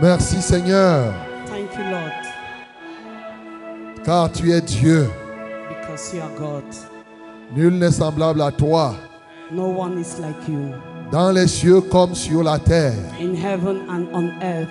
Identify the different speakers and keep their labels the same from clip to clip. Speaker 1: Merci Seigneur,
Speaker 2: Thank you, Lord,
Speaker 1: car tu es Dieu.
Speaker 2: because you are God.
Speaker 1: Nul n'est semblable à toi,
Speaker 2: No one is like you
Speaker 1: dans les cieux comme sur la terre.
Speaker 2: in heaven and on earth.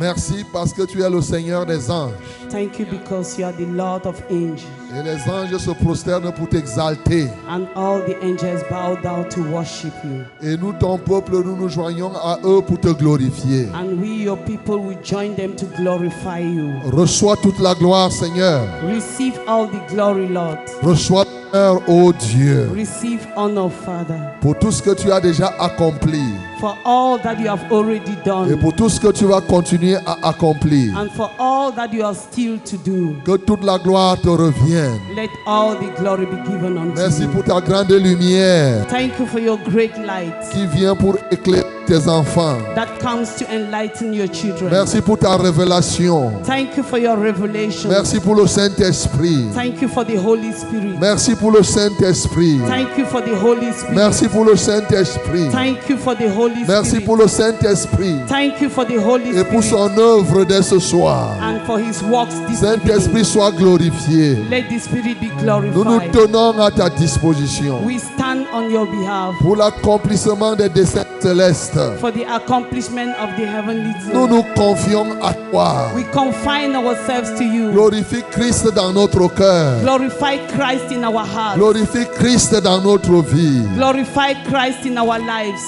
Speaker 1: Merci parce que tu es le Seigneur des anges.
Speaker 2: Thank you because you are the Lord of angels,
Speaker 1: Et les anges se prosternent pour t'exalter.
Speaker 2: and all the angels bow down to worship you.
Speaker 1: Et nous, ton peuple, nous nous joignons à eux pour te glorifier.
Speaker 2: And we, your people, will join them to glorify you.
Speaker 1: Reçois toute la gloire, Seigneur.
Speaker 2: Receive all the glory, Lord.
Speaker 1: Reçois l'honneur, ô Dieu,
Speaker 2: Receive honor, Father,
Speaker 1: pour tout ce que tu as déjà accompli
Speaker 2: for all that you have already
Speaker 1: et
Speaker 2: done,
Speaker 1: pour tout ce que tu vas continuer à accomplir.
Speaker 2: and for all that you are still to do.
Speaker 1: Que toute la gloire te revienne.
Speaker 2: Let all the glory be given unto
Speaker 1: Merci
Speaker 2: you.
Speaker 1: pour ta grande lumière
Speaker 2: Thank you for your great light
Speaker 1: qui vient pour éclairer tes enfants.
Speaker 2: that comes to enlighten your children.
Speaker 1: Merci pour ta révélation.
Speaker 2: Thank you for your revelation.
Speaker 1: Merci pour le Saint-Esprit.
Speaker 2: Thank you for the Holy Spirit.
Speaker 1: Merci pour le Saint-Esprit.
Speaker 2: Thank you for the Holy Spirit.
Speaker 1: Merci pour le Saint-Esprit.
Speaker 2: Thank you for the Holy
Speaker 1: Merci
Speaker 2: Spirit.
Speaker 1: pour le Saint-Esprit
Speaker 2: Thank you for the Holy
Speaker 1: et pour
Speaker 2: Spirit
Speaker 1: son œuvre dès ce soir.
Speaker 2: and for his works this
Speaker 1: Saint-Esprit, sois glorifié.
Speaker 2: evening. Let the Spirit be
Speaker 1: Nous nous
Speaker 2: glorified.
Speaker 1: tenons à ta disposition
Speaker 2: We stand on your behalf
Speaker 1: pour l'accomplissement des desseins célestes.
Speaker 2: for the accomplishment of the heavenly
Speaker 1: Nous
Speaker 2: throne.
Speaker 1: nous confions à toi.
Speaker 2: We confine ourselves to you.
Speaker 1: Glorifie Christ dans notre cœur.
Speaker 2: Glorify Christ in our hearts.
Speaker 1: Glorifie Christ dans notre vie.
Speaker 2: Glorify Christ in our lives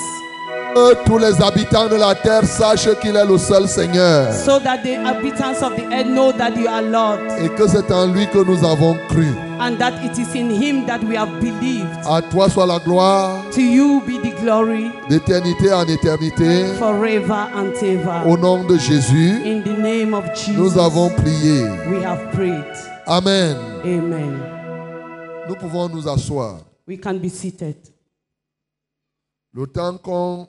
Speaker 1: Que tous les habitants de la terre sachent qu'il est le seul Seigneur
Speaker 2: so that the inhabitants of the earth know that you are Lord
Speaker 1: et que c'est en lui que nous avons cru.
Speaker 2: and that it is in him that we have believed.
Speaker 1: À toi soit la gloire
Speaker 2: To you be the glory
Speaker 1: d'éternité en éternité.
Speaker 2: forever and ever.
Speaker 1: Au nom de Jésus,
Speaker 2: In the name of Jesus,
Speaker 1: nous avons prié.
Speaker 2: we have prayed.
Speaker 1: Amen.
Speaker 2: Amen.
Speaker 1: Nous pouvons nous asseoir.
Speaker 2: We can be seated.
Speaker 1: Le temps qu'on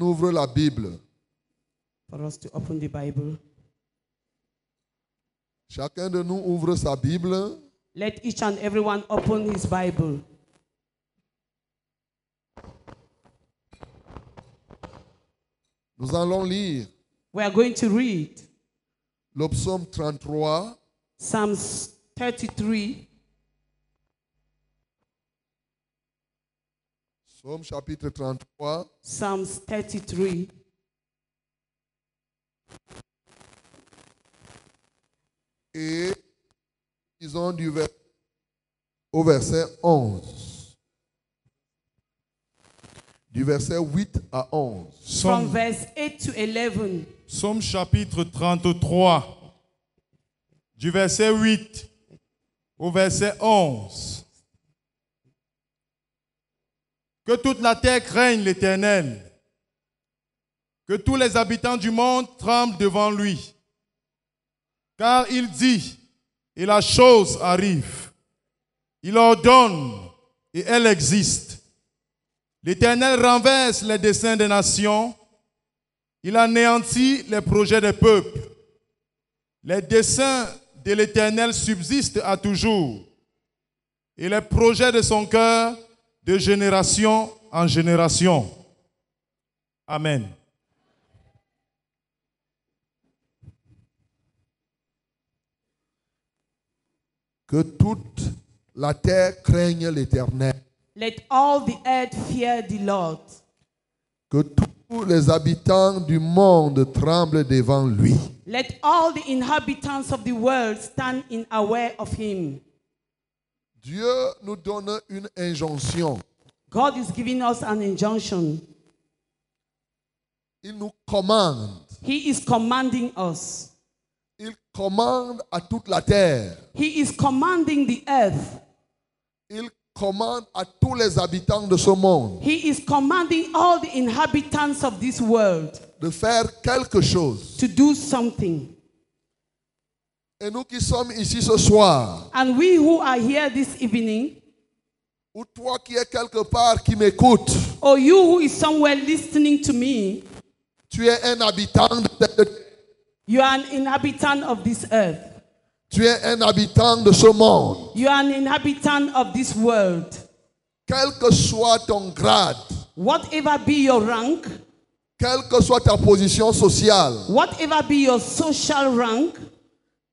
Speaker 1: ouvre la Bible,
Speaker 2: For us to open the Bible,
Speaker 1: chacun de nous ouvre sa Bible
Speaker 2: let each and everyone open his Bible.
Speaker 1: Nous allons lire
Speaker 2: We are going to read
Speaker 1: le psaume 33
Speaker 2: Psalms 33,
Speaker 1: Psaume chapitre 33,
Speaker 2: Psalms 33,
Speaker 1: et disons du vers- au verset 11. Du verset 8 à 11.
Speaker 2: from
Speaker 3: Psaume,
Speaker 2: verse 8 to 11.
Speaker 3: Psaume chapitre 33, du verset 8 au verset 11. Que toute la terre craigne l'Éternel, que tous les habitants du monde tremblent devant lui, car il dit, et la chose arrive. Il ordonne, et elle existe. L'Éternel renverse les desseins des nations, il anéantit les projets des peuples. Les desseins de l'Éternel subsistent à toujours, et les projets de son cœur de génération en génération. Amen.
Speaker 1: Que toute la terre craigne l'Éternel.
Speaker 2: Let all the earth fear the Lord,
Speaker 1: Que tous les habitants du monde tremblent devant lui.
Speaker 2: let all the inhabitants of the world stand in aware of him.
Speaker 1: Dieu nous donne une injonction.
Speaker 2: God is giving us an injunction.
Speaker 1: Il nous commande.
Speaker 2: He is commanding us.
Speaker 1: Il commande à toute la terre.
Speaker 2: He is commanding the earth.
Speaker 1: Il commande à tous les habitants de ce monde
Speaker 2: He is commanding all the inhabitants of this world
Speaker 1: de faire quelque chose.
Speaker 2: to do something.
Speaker 1: Et nous qui sommes ici ce soir,
Speaker 2: And we who are here this evening,
Speaker 1: ou toi qui es quelque part qui m'écoute,
Speaker 2: or you who is somewhere listening to me,
Speaker 1: tu es un habitant de cette terre.
Speaker 2: you are an inhabitant of this earth.
Speaker 1: Tu es un habitant de ce monde.
Speaker 2: You are an inhabitant of this world.
Speaker 1: Quel que soit ton grade,
Speaker 2: Whatever be your rank,
Speaker 1: Quelle que soit ta position sociale,
Speaker 2: Whatever be your social rank,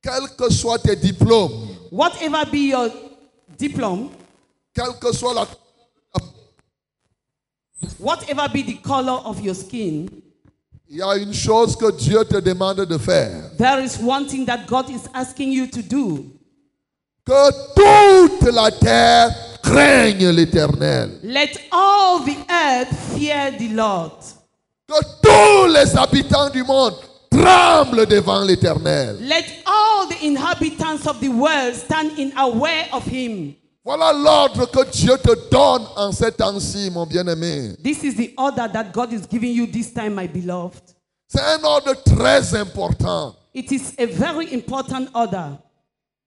Speaker 1: quels que soient tes diplômes,
Speaker 2: whatever be your diploma,
Speaker 1: quelle que soit la...
Speaker 2: whatever be the color of your skin,
Speaker 1: Il y a une chose que Dieu te demande de faire.
Speaker 2: there is one thing that God is asking you to do.
Speaker 1: Que toute la terre craigne l'éternel.
Speaker 2: Let all the earth fear the Lord.
Speaker 1: Que tous les habitants du monde tremblent devant l'éternel.
Speaker 2: Let all the inhabitants of the world stand in aware of him.
Speaker 1: Voilà l'ordre que Dieu te donne en ces temps-ci, mon bien-aimé.
Speaker 2: This is the order that God is giving you this time, my beloved.
Speaker 1: C'est un ordre très important.
Speaker 2: It is a very important order.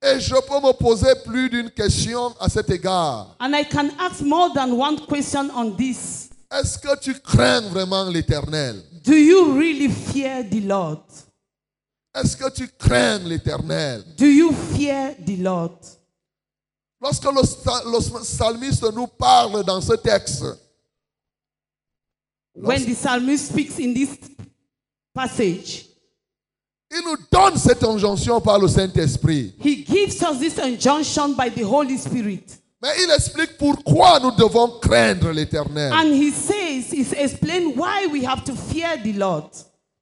Speaker 1: Et je peux me poser plus d'une question à cet égard.
Speaker 2: And I can ask more than one question on this.
Speaker 1: Est-ce que tu crains vraiment l'éternel
Speaker 2: Do you really fear the Lord?
Speaker 1: Est-ce que tu crains l'éternel
Speaker 2: Do you fear the Lord?
Speaker 1: Lorsque le, sta- le psalmiste nous parle dans ce texte,
Speaker 2: When the psalmist speaks in this passage,
Speaker 1: il nous donne cette injonction par le Saint-Esprit.
Speaker 2: he gives us this injunction by the Holy Spirit.
Speaker 1: Mais il explique pourquoi nous devons craindre l'éternel.
Speaker 2: And he says, he explains why we have to fear the Lord.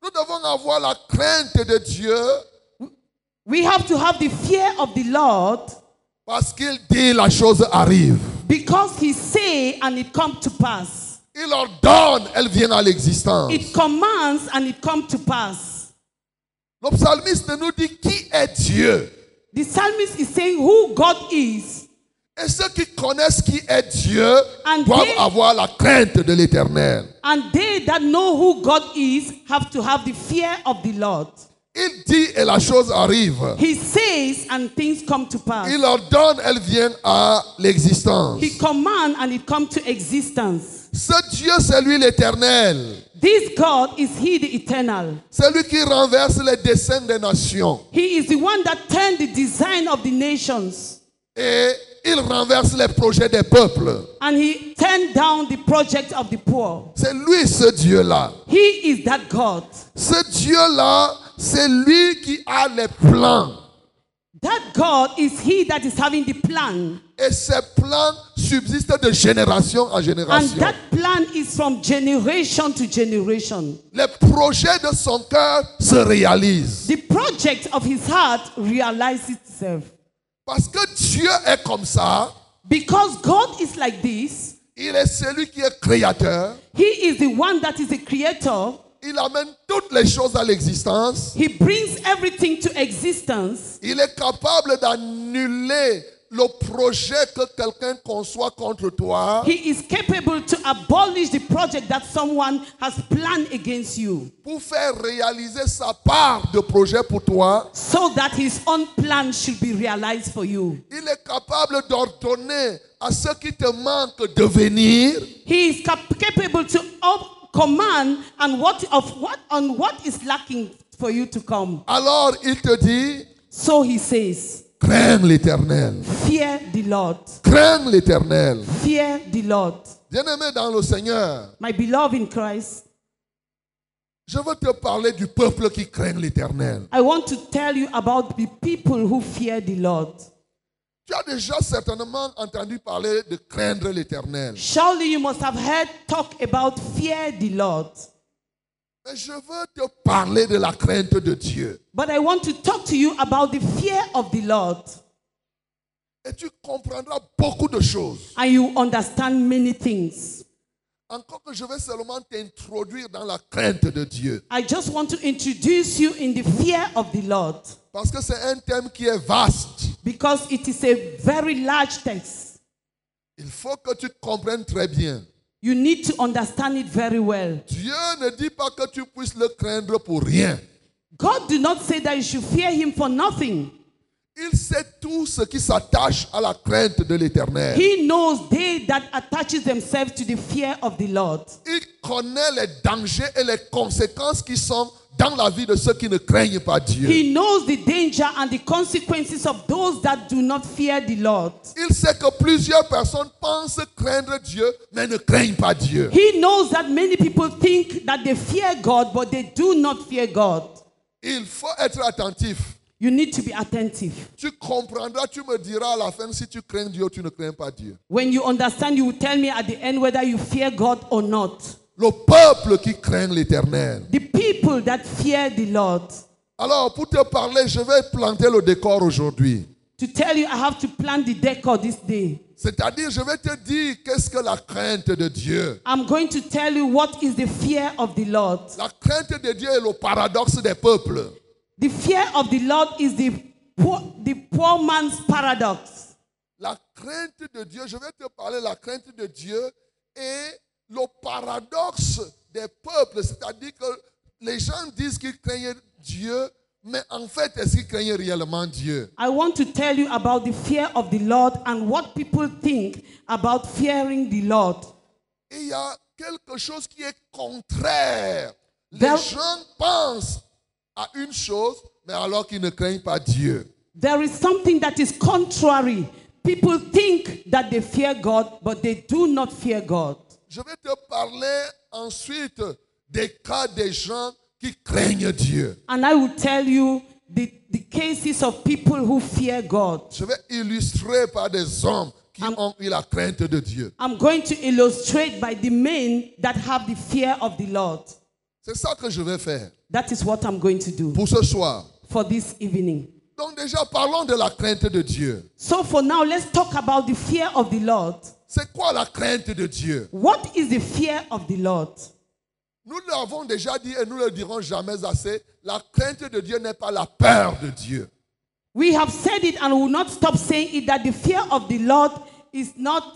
Speaker 1: Nous devons avoir la crainte de Dieu
Speaker 2: We have to have the fear of the Lord
Speaker 1: parce qu'il dit la chose arrive.
Speaker 2: because he say and it come to pass.
Speaker 1: Il ordonne, elle vient à l'existence.
Speaker 2: It commands and it come to pass.
Speaker 1: Le psalmiste nous dit qui est Dieu.
Speaker 2: The psalmist is saying who God is.
Speaker 1: Et ceux qui connaissent qui est Dieu
Speaker 2: And
Speaker 1: doivent
Speaker 2: they-
Speaker 1: avoir la crainte de l'éternel.
Speaker 2: And they that know who God is have to have the fear of the Lord.
Speaker 1: Il dit et la chose arrive.
Speaker 2: He says and things come to pass.
Speaker 1: Il ordonne, elle vient à l'existence.
Speaker 2: He commands and it come to existence.
Speaker 1: Ce Dieu, c'est lui l'éternel.
Speaker 2: This God is He the eternal.
Speaker 1: C'est lui qui renverse les desseins des nations.
Speaker 2: He is the one that turned the design of the nations
Speaker 1: Et il renverse les projets des peuples.
Speaker 2: and he turned down the project of the poor.
Speaker 1: C'est lui ce Dieu-là.
Speaker 2: He is that God.
Speaker 1: Ce Dieu-là, c'est lui qui a les plans.
Speaker 2: That God is He that is having the plan.
Speaker 1: Et ces plans subsistent de génération en
Speaker 2: And
Speaker 1: génération.
Speaker 2: that plan is from generation to generation.
Speaker 1: Les projets de son cœur se réalisent.
Speaker 2: The project of his heart realizes itself.
Speaker 1: Parce que Dieu est comme ça.
Speaker 2: Because God is like this,
Speaker 1: Il est celui qui est créateur.
Speaker 2: He is the one that is the creator.
Speaker 1: Il amène toutes les choses à l'existence.
Speaker 2: He brings everything to existence.
Speaker 1: Il est capable d'annuler le projet que quelqu'un conçoit contre toi
Speaker 2: He is capable to abolish the project that someone has planned against you
Speaker 1: pour faire réaliser sa part de projet pour toi.
Speaker 2: so that his own plan should be realized for you.
Speaker 1: Il est capable d'ordonner à ceux qui te manquent de venir
Speaker 2: He is cap- capable to up- command and what of what on what is lacking for you to come.
Speaker 1: Alors il te dit,
Speaker 2: So he says,
Speaker 1: crains l'éternel.
Speaker 2: fear the Lord.
Speaker 1: Crains l'éternel.
Speaker 2: Fear the Lord.
Speaker 1: Bien-aimé dans le Seigneur,
Speaker 2: My beloved in Christ,
Speaker 1: je veux te parler du peuple qui craint l'éternel.
Speaker 2: I want to tell you about the people who fear the Lord.
Speaker 1: Tu as déjà certainement entendu parler de craindre l'éternel.
Speaker 2: Surely you must have heard talk about fear the Lord.
Speaker 1: Mais je veux te parler de la crainte de Dieu.
Speaker 2: But I want to talk to you about the fear of the Lord.
Speaker 1: Et tu comprendras beaucoup de choses.
Speaker 2: And you understand many things.
Speaker 1: Encore que je vais seulement t'introduire dans la crainte de Dieu.
Speaker 2: I just want to introduce you in the fear of the Lord
Speaker 1: Parce que c'est un thème qui est vaste.
Speaker 2: because it is a very large text.
Speaker 1: Il faut que tu comprennes très bien.
Speaker 2: You need to understand it very well.
Speaker 1: Dieu ne dit pas que tu puisses le craindre pour rien.
Speaker 2: God did not say that you should fear him for nothing.
Speaker 1: Il sait tout ce qui s'attache à la crainte de l'éternel.
Speaker 2: He knows they that attaches themselves to the fear of the Lord.
Speaker 1: Il connaît les dangers et les conséquences qui sont dans la vie de ceux qui ne craignent pas Dieu.
Speaker 2: He knows the danger and the consequences of those that do not fear the Lord.
Speaker 1: Il sait que plusieurs personnes pensent craindre Dieu, mais ne craignent pas Dieu.
Speaker 2: He knows that many people think that they fear God, but they do not fear God.
Speaker 1: Il faut être attentif.
Speaker 2: You need to be attentive.
Speaker 1: Tu comprendras, tu me diras à la fin si tu crains Dieu ou tu ne crains pas Dieu.
Speaker 2: When you understand, you will tell me at the end whether you fear God or not.
Speaker 1: Le peuple qui craint l'éternel.
Speaker 2: The people that fear the Lord.
Speaker 1: Alors, pour te parler, je vais planter le décor aujourd'hui.
Speaker 2: To tell you, I have to plan the decor this day.
Speaker 1: C'est-à-dire, je vais te dire qu'est-ce que la crainte de Dieu.
Speaker 2: I'm going to tell you what is the fear of the Lord.
Speaker 1: La crainte de Dieu est le paradoxe des peuples.
Speaker 2: The fear of the Lord is the poor, the poor man's paradox.
Speaker 1: La crainte de Dieu, je vais te parler, la crainte de Dieu est le paradoxe des peuples. C'est-à-dire que les gens disent qu'ils craignent Dieu, mais en fait, est-ce qu'ils craignent réellement Dieu
Speaker 2: I want to tell you about the fear of the Lord and what people think about fearing the Lord.
Speaker 1: Et Il y a quelque chose qui est contraire. Les
Speaker 2: There-
Speaker 1: gens pensent à une chose, mais alors qu'ils ne craignent pas Dieu.
Speaker 2: There is something that is contrary. People think that they fear God, but they do not fear God.
Speaker 1: Je vais te parler ensuite des cas des gens qui craignent Dieu.
Speaker 2: And I will tell you the, the cases of people who fear God.
Speaker 1: Je vais illustrer par des hommes qui
Speaker 2: Am-
Speaker 1: ont eu la crainte de Dieu.
Speaker 2: I'm going to illustrate by the men that have the fear of the Lord.
Speaker 1: C'est ça que je vais faire
Speaker 2: That is what I'm going to do
Speaker 1: pour ce soir.
Speaker 2: for this evening.
Speaker 1: Donc déjà, parlons de la crainte de Dieu.
Speaker 2: So, for now, let's talk about the fear of the Lord.
Speaker 1: C'est quoi la crainte de Dieu
Speaker 2: What is the fear of the Lord?
Speaker 1: Nous l'avons déjà dit et nous le dirons jamais assez. La crainte de Dieu n'est pas la peur de Dieu.
Speaker 2: We have said it and will not stop saying it that the fear of the Lord is not.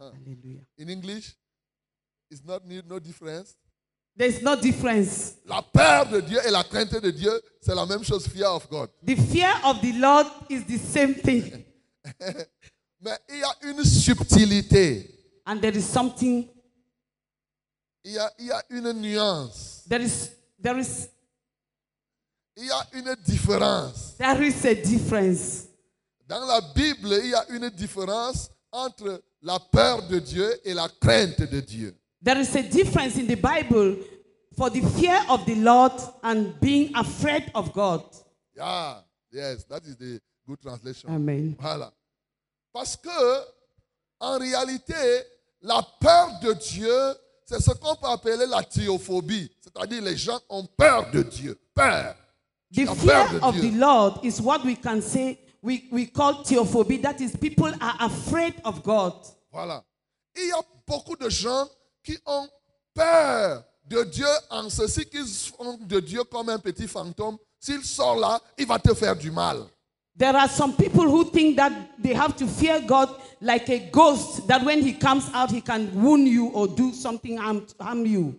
Speaker 2: Uh-huh. Hallelujah.
Speaker 1: In English, it's not need no difference.
Speaker 2: There's no difference.
Speaker 1: La peur de Dieu et la crainte de Dieu, c'est la même chose, fear of God.
Speaker 2: The fear of the Lord is the same thing.
Speaker 1: Mais il y a une subtilité,
Speaker 2: And there is something,
Speaker 1: il y a, il y a une nuance,
Speaker 2: there is, there is,
Speaker 1: il y a une différence.
Speaker 2: there is a difference.
Speaker 1: Dans la Bible, il y a une différence entre la peur de Dieu et la crainte de Dieu.
Speaker 2: There is a difference in the Bible for the fear of the Lord and being afraid of God.
Speaker 1: Yeah, yes, that is the good translation.
Speaker 2: Amen.
Speaker 1: Voilà. Parce que, en réalité, la peur de Dieu, c'est ce qu'on peut appeler la théophobie. C'est-à-dire, les gens ont peur de Dieu. Peur.
Speaker 2: The
Speaker 1: La
Speaker 2: fear
Speaker 1: peur de
Speaker 2: of the
Speaker 1: Dieu.
Speaker 2: Lord is what we can say we, we call theophobia. That is, people are afraid of God.
Speaker 1: Voilà. Il y a beaucoup de gens qui ont peur de Dieu en ceci qu'ils font de Dieu comme un petit fantôme. S'il sort là, il va te faire du mal.
Speaker 2: There are some people who think that they have to fear God like a ghost, that when he comes out, he can wound you or do something harm, harm you.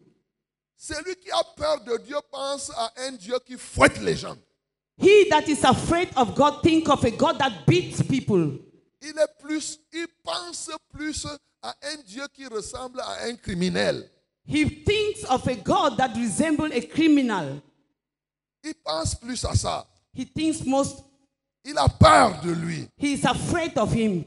Speaker 1: Celui qui a peur de Dieu pense à un Dieu qui fouette les gens.
Speaker 2: He that is afraid of God, think of a God that beats people.
Speaker 1: Il est plus, il pense plus à un Dieu qui ressemble à un criminel.
Speaker 2: He thinks of a God that resembles a criminal.
Speaker 1: Il pense plus à ça.
Speaker 2: He thinks most,
Speaker 1: Il a peur de lui.
Speaker 2: he is afraid of him.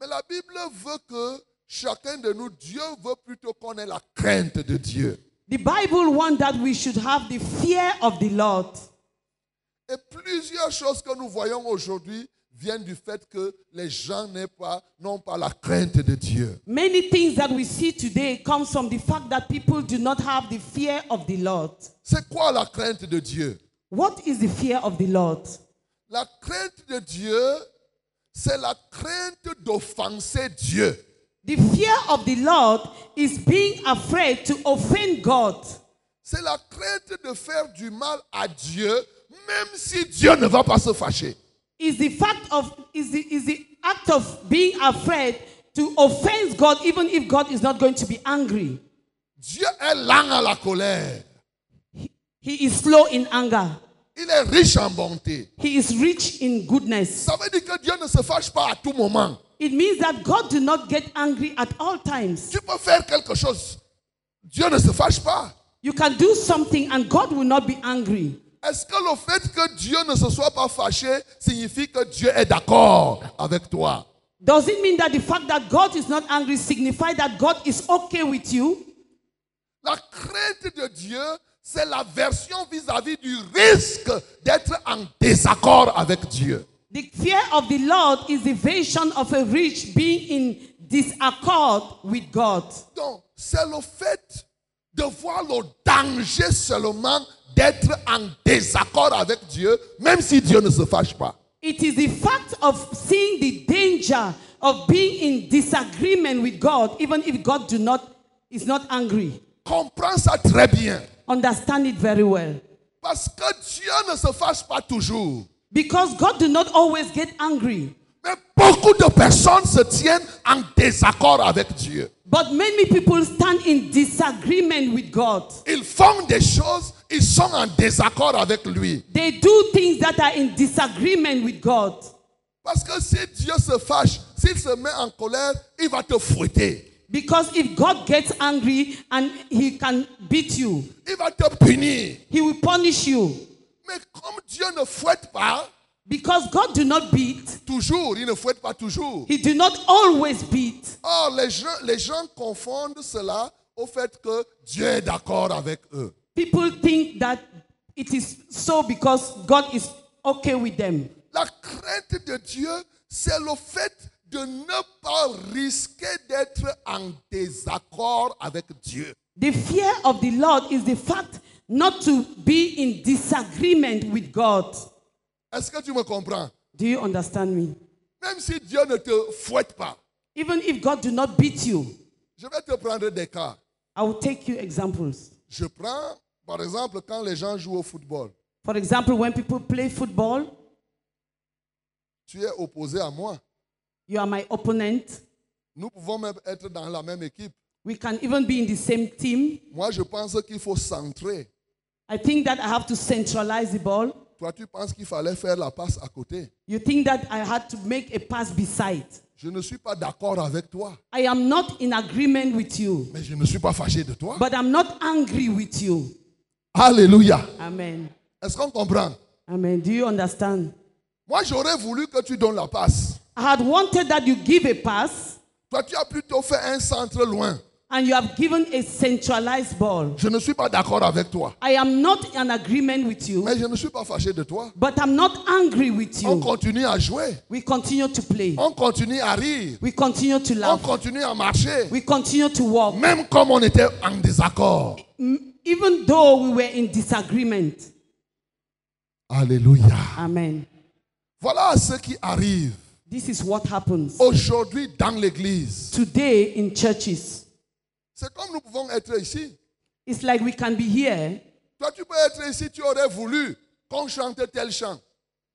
Speaker 1: Mais la Bible veut que chacun de nous, Dieu veut plutôt qu'on ait la crainte de Dieu.
Speaker 2: The Bible wants that we should have the fear of the Lord.
Speaker 1: Et plusieurs choses que nous voyons aujourd'hui viennent du fait que les gens n'aient pas, n'ont pas la crainte de Dieu.
Speaker 2: Many things that we see today comes from the fact that people do not have the fear of the Lord.
Speaker 1: C'est quoi la crainte de Dieu
Speaker 2: What is the fear of the Lord?
Speaker 1: La crainte de Dieu, c'est la crainte d'offenser Dieu.
Speaker 2: The fear of the Lord is being afraid to offend God.
Speaker 1: C'est la crainte de faire du mal à Dieu, même si Dieu ne va pas se fâcher.
Speaker 2: Is the fact of is the, is the act of being afraid to offend God even if God is not going to be angry.
Speaker 1: Dieu est lent à la colère.
Speaker 2: He is slow in anger.
Speaker 1: Il est riche en bonté.
Speaker 2: He is rich in goodness.
Speaker 1: Ça veut dire que Dieu ne se fâche pas à tout moment.
Speaker 2: It means that God do not get angry at all times.
Speaker 1: Tu peux faire quelque chose. Dieu ne se fâche pas.
Speaker 2: You can do something and God will not be angry.
Speaker 1: Est-ce que le fait que Dieu ne se soit pas fâché signifie que Dieu est d'accord avec toi
Speaker 2: Does it mean that the fact that God is not angry signifies that God is okay with you?
Speaker 1: La crainte de Dieu, c'est l'aversion vis-à-vis du risque d'être en désaccord avec Dieu.
Speaker 2: The fear of the Lord is the vision of a rich being in disaccord with God.
Speaker 1: Donc, c'est le fait de voir le danger seulement d'être en désaccord avec Dieu, même si Dieu ne se fâche pas.
Speaker 2: It is the fact of seeing the danger of being in disagreement with God, even if God do not is not angry.
Speaker 1: Comprends ça très bien.
Speaker 2: Understand it very well.
Speaker 1: Parce que Dieu ne se fâche pas toujours.
Speaker 2: Because God do not always get angry.
Speaker 1: Mais beaucoup de personnes se tiennent en désaccord avec Dieu.
Speaker 2: But many people stand in disagreement with God.
Speaker 1: Ils font des choses, ils sont en désaccord avec lui.
Speaker 2: They do things that are in disagreement with God.
Speaker 1: Parce que si Dieu se fâche, s'il se met en colère, il va te fouetter.
Speaker 2: Because if God gets angry and he can beat you,
Speaker 1: Il va te punir.
Speaker 2: he will punish you.
Speaker 1: Mais comme Dieu ne fouette pas
Speaker 2: Because God do not beat,
Speaker 1: toujours, il ne fouette pas toujours.
Speaker 2: he do not always beat.
Speaker 1: Or, les gens, les gens confondent cela au fait que Dieu est d'accord avec eux.
Speaker 2: People think that it is so because God is okay with them.
Speaker 1: La crainte de Dieu, c'est le fait de ne pas risquer d'être en désaccord avec Dieu.
Speaker 2: The fear of the Lord is the fact not to be in disagreement with God.
Speaker 1: Est-ce que tu me comprends
Speaker 2: Do you understand me?
Speaker 1: Même si Dieu ne te fouette pas,
Speaker 2: Even if God do not beat you,
Speaker 1: je vais te prendre des cas.
Speaker 2: I will take you examples.
Speaker 1: Je prends, par exemple, quand les gens jouent au football.
Speaker 2: For example, when people play football,
Speaker 1: Tu es opposé à moi.
Speaker 2: you are my opponent.
Speaker 1: Nous pouvons même être dans la même équipe.
Speaker 2: We can even be in the same team.
Speaker 1: Moi, je pense qu'il faut centrer.
Speaker 2: I think that I have to centralize the ball.
Speaker 1: Toi, tu penses qu'il fallait faire la passe à côté.
Speaker 2: You think that I had to make a pass beside.
Speaker 1: Je ne suis pas d'accord avec toi,
Speaker 2: I am not in agreement with you,
Speaker 1: mais je ne suis pas fâché de toi.
Speaker 2: but I'm not angry with you.
Speaker 1: Alléluia.
Speaker 2: Amen.
Speaker 1: Est-ce qu'on comprend
Speaker 2: Amen. Do you understand?
Speaker 1: Moi, j'aurais voulu que tu donnes la passe.
Speaker 2: I had wanted that you give a pass
Speaker 1: Toi, tu as plutôt fait un centre loin.
Speaker 2: and you have given a centralized ball.
Speaker 1: Je ne suis pas d'accord avec toi,
Speaker 2: I am not in agreement with you,
Speaker 1: mais je ne suis pas fâché de toi.
Speaker 2: but I'm not angry with
Speaker 1: On
Speaker 2: you.
Speaker 1: continue à jouer.
Speaker 2: We continue to play.
Speaker 1: On continue à rire.
Speaker 2: We continue to
Speaker 1: On
Speaker 2: laugh.
Speaker 1: continue à marcher.
Speaker 2: We continue to walk.
Speaker 1: Même comme on était en désaccord.
Speaker 2: M- Even though we were in disagreement.
Speaker 1: Alléluia.
Speaker 2: Amen.
Speaker 1: Voilà ce qui arrive
Speaker 2: This is what
Speaker 1: Oh.
Speaker 2: happens
Speaker 1: aujourd'hui dans l'église.
Speaker 2: today in churches.
Speaker 1: C'est comme nous pouvons être ici.
Speaker 2: It's like we can be here.
Speaker 1: Toi, tu peux être ici, tu aurais voulu qu'on chante tel chant.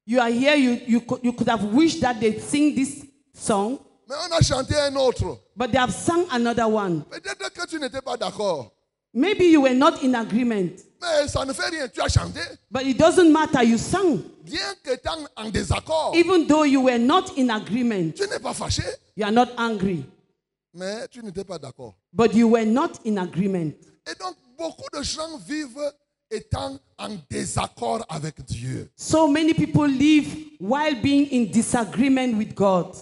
Speaker 2: You are here. You, you, could, you could have wished that they sing this song,
Speaker 1: Mais on a chanté un autre.
Speaker 2: but they have sung another one.
Speaker 1: Peut-être que tu n'étais pas d'accord.
Speaker 2: Maybe you were not in agreement,
Speaker 1: Mais ça ne fait rien. Tu as chanté.
Speaker 2: but it doesn't matter. You sang.
Speaker 1: Bien qu'étant en désaccord,
Speaker 2: Even though you were not in agreement,
Speaker 1: tu n'es pas fâché.
Speaker 2: you are not angry,
Speaker 1: Mais tu n'étais pas d'accord.
Speaker 2: but you were not in agreement.
Speaker 1: Et donc, beaucoup de gens vivent étant en désaccord avec Dieu.
Speaker 2: So many people live while being in disagreement with God.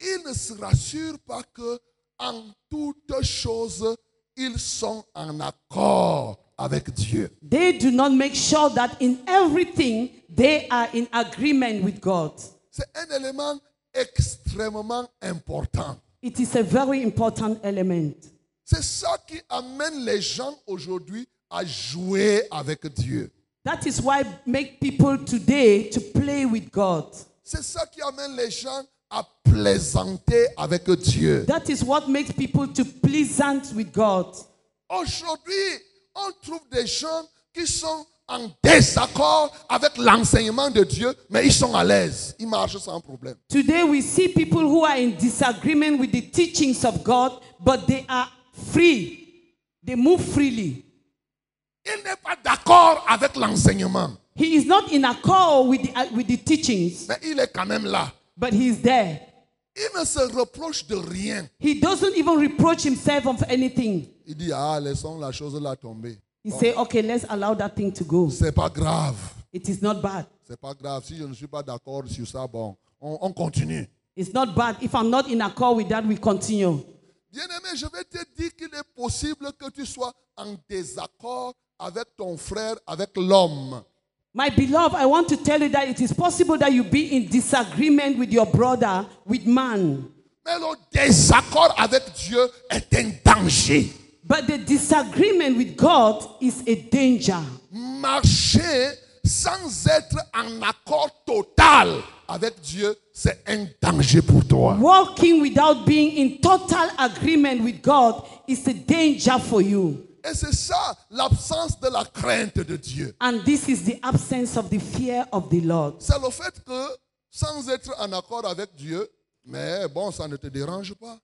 Speaker 1: Ils ne se rassurent pas que en toutes choses, ils sont en accord avec Dieu.
Speaker 2: They do not make sure that in everything they are in agreement with God.
Speaker 1: C'est un élément extrêmement important.
Speaker 2: It is a very important element.
Speaker 1: C'est ça qui amène les gens aujourd'hui à jouer avec Dieu.
Speaker 2: That is why make people today to play with God.
Speaker 1: C'est ça qui amène les gens à plaisanter avec Dieu.
Speaker 2: That is what makes people to pleasant with God.
Speaker 1: Aujourd'hui, on trouve des gens qui sont en désaccord avec l'enseignement de Dieu, mais ils sont à l'aise. Ils marchent sans problème.
Speaker 2: Today we see people who are in disagreement with the teachings of God, but they are free. They move freely.
Speaker 1: Il n'est pas d'accord avec l'enseignement,
Speaker 2: He is not in accord with the, uh, with the teachings,
Speaker 1: mais il est quand même là.
Speaker 2: but he is there.
Speaker 1: Il ne se reproche de rien.
Speaker 2: He doesn't even reproach himself of anything.
Speaker 1: Il dit, ah, laissons la chose là tomber.
Speaker 2: You say, okay, let's allow that thing to go.
Speaker 1: C'est pas grave.
Speaker 2: It is not bad.
Speaker 1: C'est pas grave. Si je ne suis pas d'accord sur ça, bon, on, on continue.
Speaker 2: It's not bad. If I'm not in accord with that, we continue.
Speaker 1: Bien-aimé, je vais te dire qu'il est possible que tu sois en désaccord avec ton frère, avec l'homme.
Speaker 2: My beloved, I want to tell you that it is possible that you be in disagreement with your brother, with man.
Speaker 1: Mais le désaccord avec Dieu est un danger.
Speaker 2: But the disagreement with God is a danger.
Speaker 1: Marcher sans être en accord total avec Dieu, c'est un danger pour toi.
Speaker 2: Walking without being in total agreement with God is a danger for you.
Speaker 1: Et c'est ça l'absence de la crainte de Dieu.
Speaker 2: And this is the absence of the fear of the Lord.
Speaker 1: C'est le fait que, sans être en accord avec Dieu, mais bon, ça ne te dérange pas.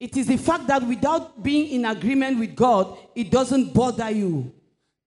Speaker 2: It is the fact that without being in agreement with God, it doesn't bother you.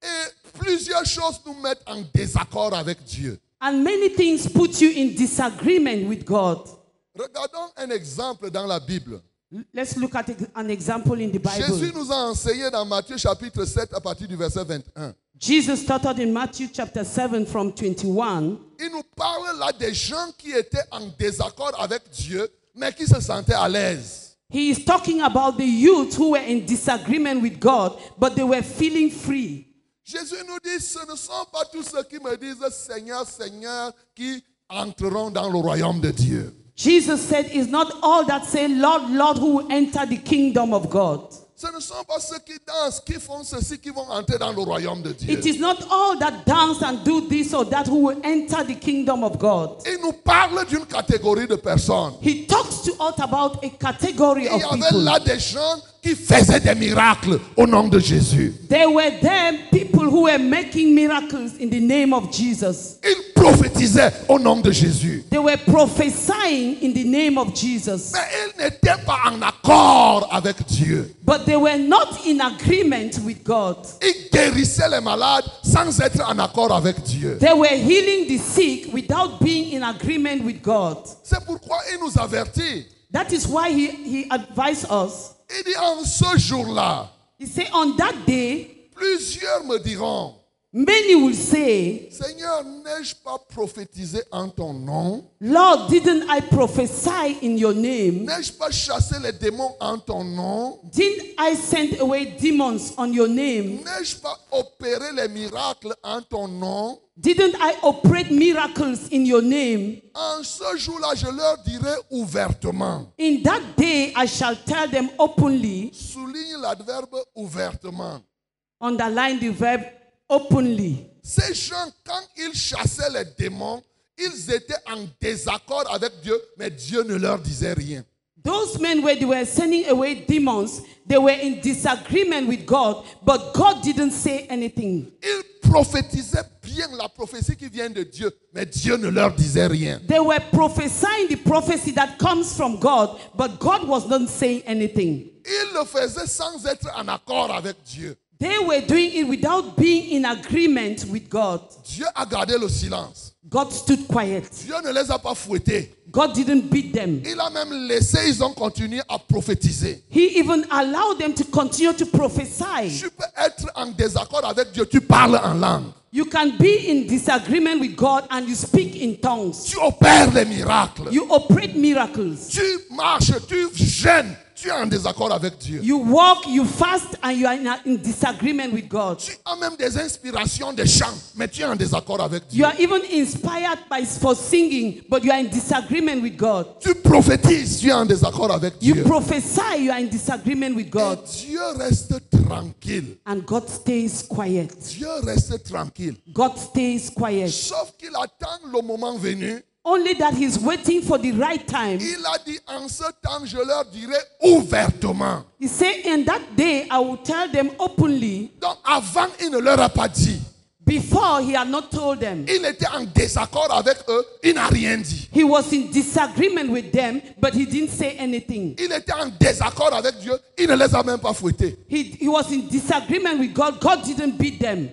Speaker 1: Et plusieurs choses nous mettent en désaccord avec Dieu.
Speaker 2: And many things put you in disagreement with God.
Speaker 1: Regardons un exemple dans la Bible.
Speaker 2: L- Let's look at ex- an example in the Bible.
Speaker 1: Jésus nous a enseigné dans Matthieu chapitre 7 à partir du verset 21.
Speaker 2: Jesus started in Matthew chapter 7 from 21.
Speaker 1: Il nous parle là des gens qui étaient en désaccord avec Dieu, mais qui se sentaient à l'aise.
Speaker 2: He is talking about the youth who were in disagreement with God, but they were feeling free.
Speaker 1: Jésus nous dit, ce ne sont pas tous ceux qui me disent Seigneur, Seigneur, qui entreront dans le royaume de Dieu.
Speaker 2: Jesus said, It's not all that say, Lord, Lord, who will enter the kingdom of God.
Speaker 1: Ce ne sont pas ceux qui dansent, qui font ceci, qui vont entrer dans le royaume de Dieu.
Speaker 2: It is not all that dance and do this or that who will enter the kingdom of God.
Speaker 1: Il nous parle d'une catégorie de personnes.
Speaker 2: He talks to us about a category
Speaker 1: Il
Speaker 2: of
Speaker 1: y avait
Speaker 2: people.
Speaker 1: là des gens qui faisaient des miracles au nom de Jésus.
Speaker 2: There were there people who were making miracles in the name of Jesus.
Speaker 1: Ils prophétisaient au nom de Jésus.
Speaker 2: They were prophesying in the name of Jesus.
Speaker 1: Mais ils n'étaient pas en accord avec Dieu.
Speaker 2: But they were not in agreement with God.
Speaker 1: Ils guérissaient les malades sans être en accord avec Dieu.
Speaker 2: They were healing the sick without being in agreement with God.
Speaker 1: C'est pourquoi il nous avertit.
Speaker 2: That is why he, he advised us.
Speaker 1: Il dit en ce jour-là,
Speaker 2: He said, On that day,
Speaker 1: plusieurs me diront,
Speaker 2: many will say,
Speaker 1: Seigneur, n'ai-je pas prophétisé en ton nom
Speaker 2: Lord, didn't I prophesy in your name?
Speaker 1: N'ai-je pas chassé les démons en ton nom
Speaker 2: Didn't I send away demons on your name?
Speaker 1: N'ai-je pas opéré les miracles en ton nom
Speaker 2: Didn't I operate miracles in your name?
Speaker 1: En ce jour-là, je leur dirai ouvertement.
Speaker 2: In that day, I shall tell them openly,
Speaker 1: Souligne l'adverbe ouvertement.
Speaker 2: underline the verb openly.
Speaker 1: Ces gens, quand ils chassaient les démons, ils étaient en désaccord avec Dieu, mais Dieu ne leur disait rien.
Speaker 2: Those men, where they were sending away demons, they were in disagreement with God, but God didn't say anything.
Speaker 1: Ils prophétisaient bien la prophétie qui vient de Dieu, mais Dieu ne leur disait rien.
Speaker 2: They were prophesying the prophecy that comes from God, but God was not saying anything.
Speaker 1: Ils le faisaient sans être en accord avec Dieu.
Speaker 2: They were doing it without being in agreement with God.
Speaker 1: Dieu a gardé le silence.
Speaker 2: God stood quiet.
Speaker 1: Dieu ne les a pas fouettés.
Speaker 2: God didn't beat them.
Speaker 1: Il a même laissé, ils ont continué à prophétiser.
Speaker 2: He even allowed them to continue to prophesy.
Speaker 1: Tu peux être en désaccord avec Dieu, tu parles en langue.
Speaker 2: You can be in disagreement with God and you speak in tongues.
Speaker 1: Tu opères les miracles.
Speaker 2: You operate miracles.
Speaker 1: Tu marches, tu gênes, tu es en désaccord avec Dieu.
Speaker 2: You walk, you fast, and you are in, in disagreement with God.
Speaker 1: Tu as même des inspirations de chants, mais tu es en désaccord avec Dieu.
Speaker 2: You are even inspired by for singing, but you are in disagreement with God.
Speaker 1: Tu prophétises, tu es en désaccord avec
Speaker 2: You
Speaker 1: Dieu.
Speaker 2: prophesy, you are in disagreement with
Speaker 1: Et
Speaker 2: God.
Speaker 1: Dieu reste tranquille.
Speaker 2: And God stays quiet.
Speaker 1: Dieu reste tranquille.
Speaker 2: God stays quiet.
Speaker 1: Sauf qu'il attend le moment venu.
Speaker 2: Only that He's waiting for the right time.
Speaker 1: Il a dit en ce temps, je leur dirai ouvertement.
Speaker 2: He said, In that day I will tell them openly.
Speaker 1: Donc avant, il ne leur a pas dit.
Speaker 2: Before He had not told them.
Speaker 1: Il était en désaccord avec eux. Il n'a rien dit.
Speaker 2: He was in disagreement with them, but he didn't say anything.
Speaker 1: Il était en désaccord avec Dieu. Il ne les a même pas fouettés.
Speaker 2: He, he was in disagreement with God. God didn't beat them.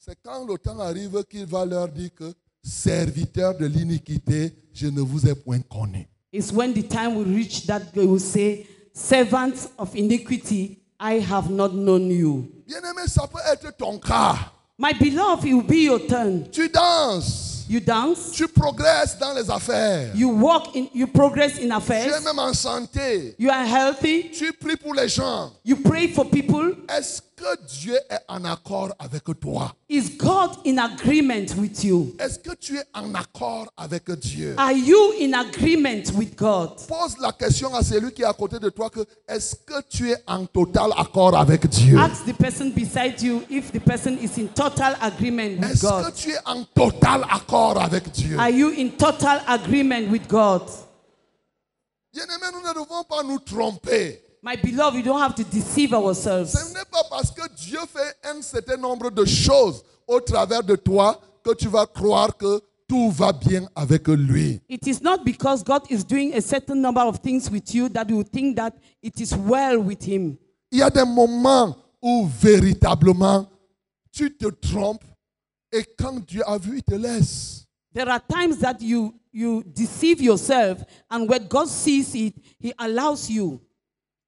Speaker 1: C'est quand le temps arrive qu'il va leur dire que serviteurs de l'iniquité, je ne vous ai point connu.
Speaker 2: It's when the time will reach that they will say, Servants of iniquity, I have not known you.
Speaker 1: Bien-aimé, ça peut être ton cas.
Speaker 2: My beloved, it will be your turn.
Speaker 1: Tu danses,
Speaker 2: You dance,
Speaker 1: tu progresses dans les affaires.
Speaker 2: you walk in, you progress
Speaker 1: Tu
Speaker 2: in
Speaker 1: es
Speaker 2: affairs,
Speaker 1: même en santé.
Speaker 2: you are healthy,
Speaker 1: Tu pries pour les gens.
Speaker 2: you pray for people.
Speaker 1: Est-ce que Dieu est en accord avec toi?
Speaker 2: Is God in agreement with you?
Speaker 1: Est-ce que tu es en accord avec Dieu?
Speaker 2: Are you in agreement with God?
Speaker 1: Pose la question à celui qui est à côté de toi que est-ce que tu es en total accord avec Dieu?
Speaker 2: Ask the person beside you if the person is in total agreement with
Speaker 1: Est-ce que
Speaker 2: God.
Speaker 1: tu es en total accord avec Dieu?
Speaker 2: Are you in total agreement with God?
Speaker 1: Bien-aimés, nous ne devons pas nous tromper.
Speaker 2: My beloved, we don't have to deceive
Speaker 1: Ce
Speaker 2: ourselves.
Speaker 1: n'est pas parce que Dieu fait un certain nombre de choses au travers de toi que tu vas croire que tout va bien avec lui.
Speaker 2: It is not because God is doing a certain number of things with you that you think that it is well with Him.
Speaker 1: Il y a des moments où véritablement tu te trompes et quand Dieu a vu, il te laisse.
Speaker 2: There are times that you, you deceive yourself, and when God sees it, He allows you.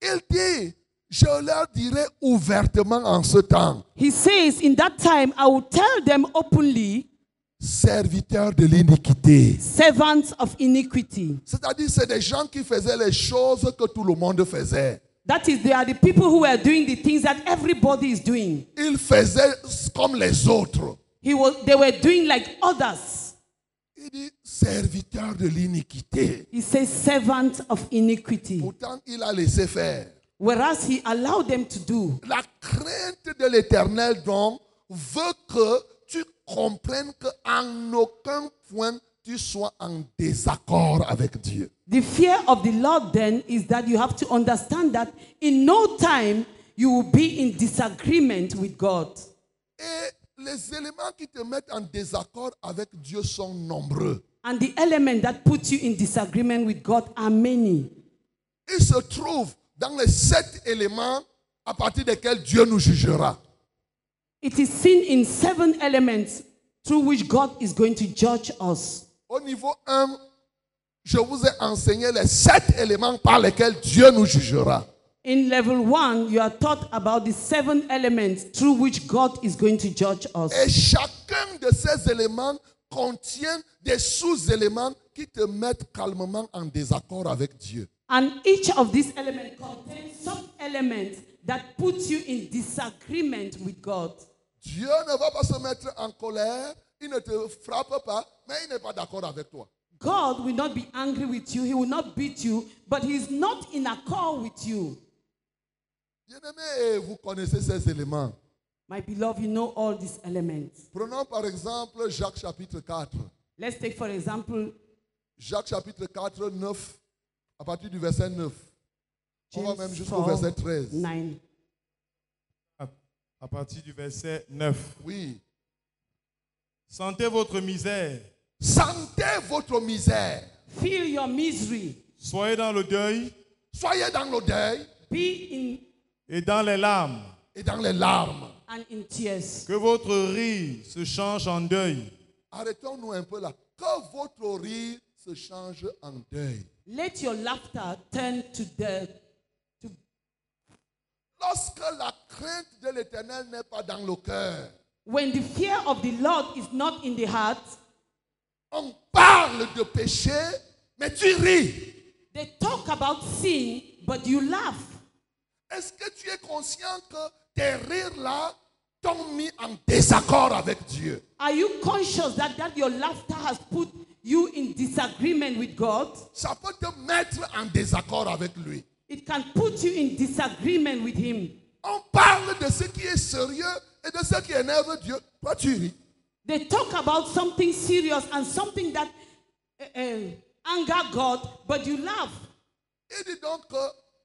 Speaker 1: Il dit, je leur dirai ouvertement en ce temps,
Speaker 2: He says, In that time, I will tell them openly,
Speaker 1: serviteurs de l'iniquité.
Speaker 2: servants of iniquity.
Speaker 1: C'est-à-dire, c'est des gens qui faisaient les choses que tout le monde faisait.
Speaker 2: That is, they are the people who are doing the things that everybody is doing.
Speaker 1: Ils faisaient comme les autres.
Speaker 2: He was, they were doing like others.
Speaker 1: Il dit, serviteur de l'iniquité.
Speaker 2: He says, servants of iniquity.
Speaker 1: Pourtant, il a laissé faire.
Speaker 2: Whereas he allowed them to do.
Speaker 1: La crainte de l'éternel, donc, veut que tu comprennes qu'en aucun point tu sois en désaccord avec Dieu.
Speaker 2: The fear of the Lord then is that you have to understand that in no time you will be in disagreement with God.
Speaker 1: Et les éléments qui te mettent en désaccord avec Dieu sont nombreux.
Speaker 2: And the element that puts you in disagreement with God are many.
Speaker 1: Ils se trouvent dans les sept éléments à partir desquels Dieu nous jugera.
Speaker 2: It is seen in seven elements through which God is going to judge us.
Speaker 1: Au niveau 1, je vous ai enseigné les sept éléments par lesquels Dieu nous jugera.
Speaker 2: In level one, you are taught about the seven elements through which God is going to judge us.
Speaker 1: Et chacun de ces éléments contient des sous-éléments qui te mettent calmement en désaccord avec Dieu.
Speaker 2: And each of these elements contains some elements that puts you in disagreement with God.
Speaker 1: Dieu ne va pas se mettre en colère, il ne te frappe pas, mais il n'est pas d'accord avec toi.
Speaker 2: God will not be angry with you, He will not beat you, but He is not in accord with you.
Speaker 1: Bien-aimé, vous connaissez ces éléments.
Speaker 2: My beloved, you know all these elements.
Speaker 1: Prenons par exemple Jacques chapitre 4.
Speaker 2: Let's take, for example,
Speaker 1: Jacques chapitre 4, 9, à partir du verset 9. On va
Speaker 2: James
Speaker 1: même jusqu'au
Speaker 2: 4,
Speaker 1: verset 13.
Speaker 2: 9.
Speaker 3: À- à partir du verset 9.
Speaker 1: Oui.
Speaker 3: Sentez votre misère,
Speaker 1: Sentez votre misère.
Speaker 2: Feel your misery,
Speaker 3: soyez dans le deuil
Speaker 1: Soyez dans le deuil
Speaker 2: be
Speaker 3: et dans les larmes,
Speaker 1: et dans les larmes.
Speaker 2: in and in tears.
Speaker 3: que votre rire se change en deuil,
Speaker 1: Arrêtons-nous un peu là. Que votre rire se change en deuil.
Speaker 2: Let your laughter turn to death. To,
Speaker 1: Lorsque la crainte de l'éternel n'est pas dans le cœur,
Speaker 2: when the fear of the Lord is not in the heart,
Speaker 1: on parle de péché, mais tu ris.
Speaker 2: they talk about sin, but you laugh.
Speaker 1: Est-ce que tu es conscient que tes rires là t'ont mis en désaccord avec Dieu?
Speaker 2: Are you conscious that, that your laughter has put you in disagreement with God?
Speaker 1: Ça peut te mettre en désaccord avec lui.
Speaker 2: It can put you in disagreement with Him.
Speaker 1: On parle de ce qui est sérieux et de ce qui énerve Dieu. Toi, tu ris.
Speaker 2: They talk about something serious and something that uh, anger God, but you laugh.
Speaker 1: Il dit donc que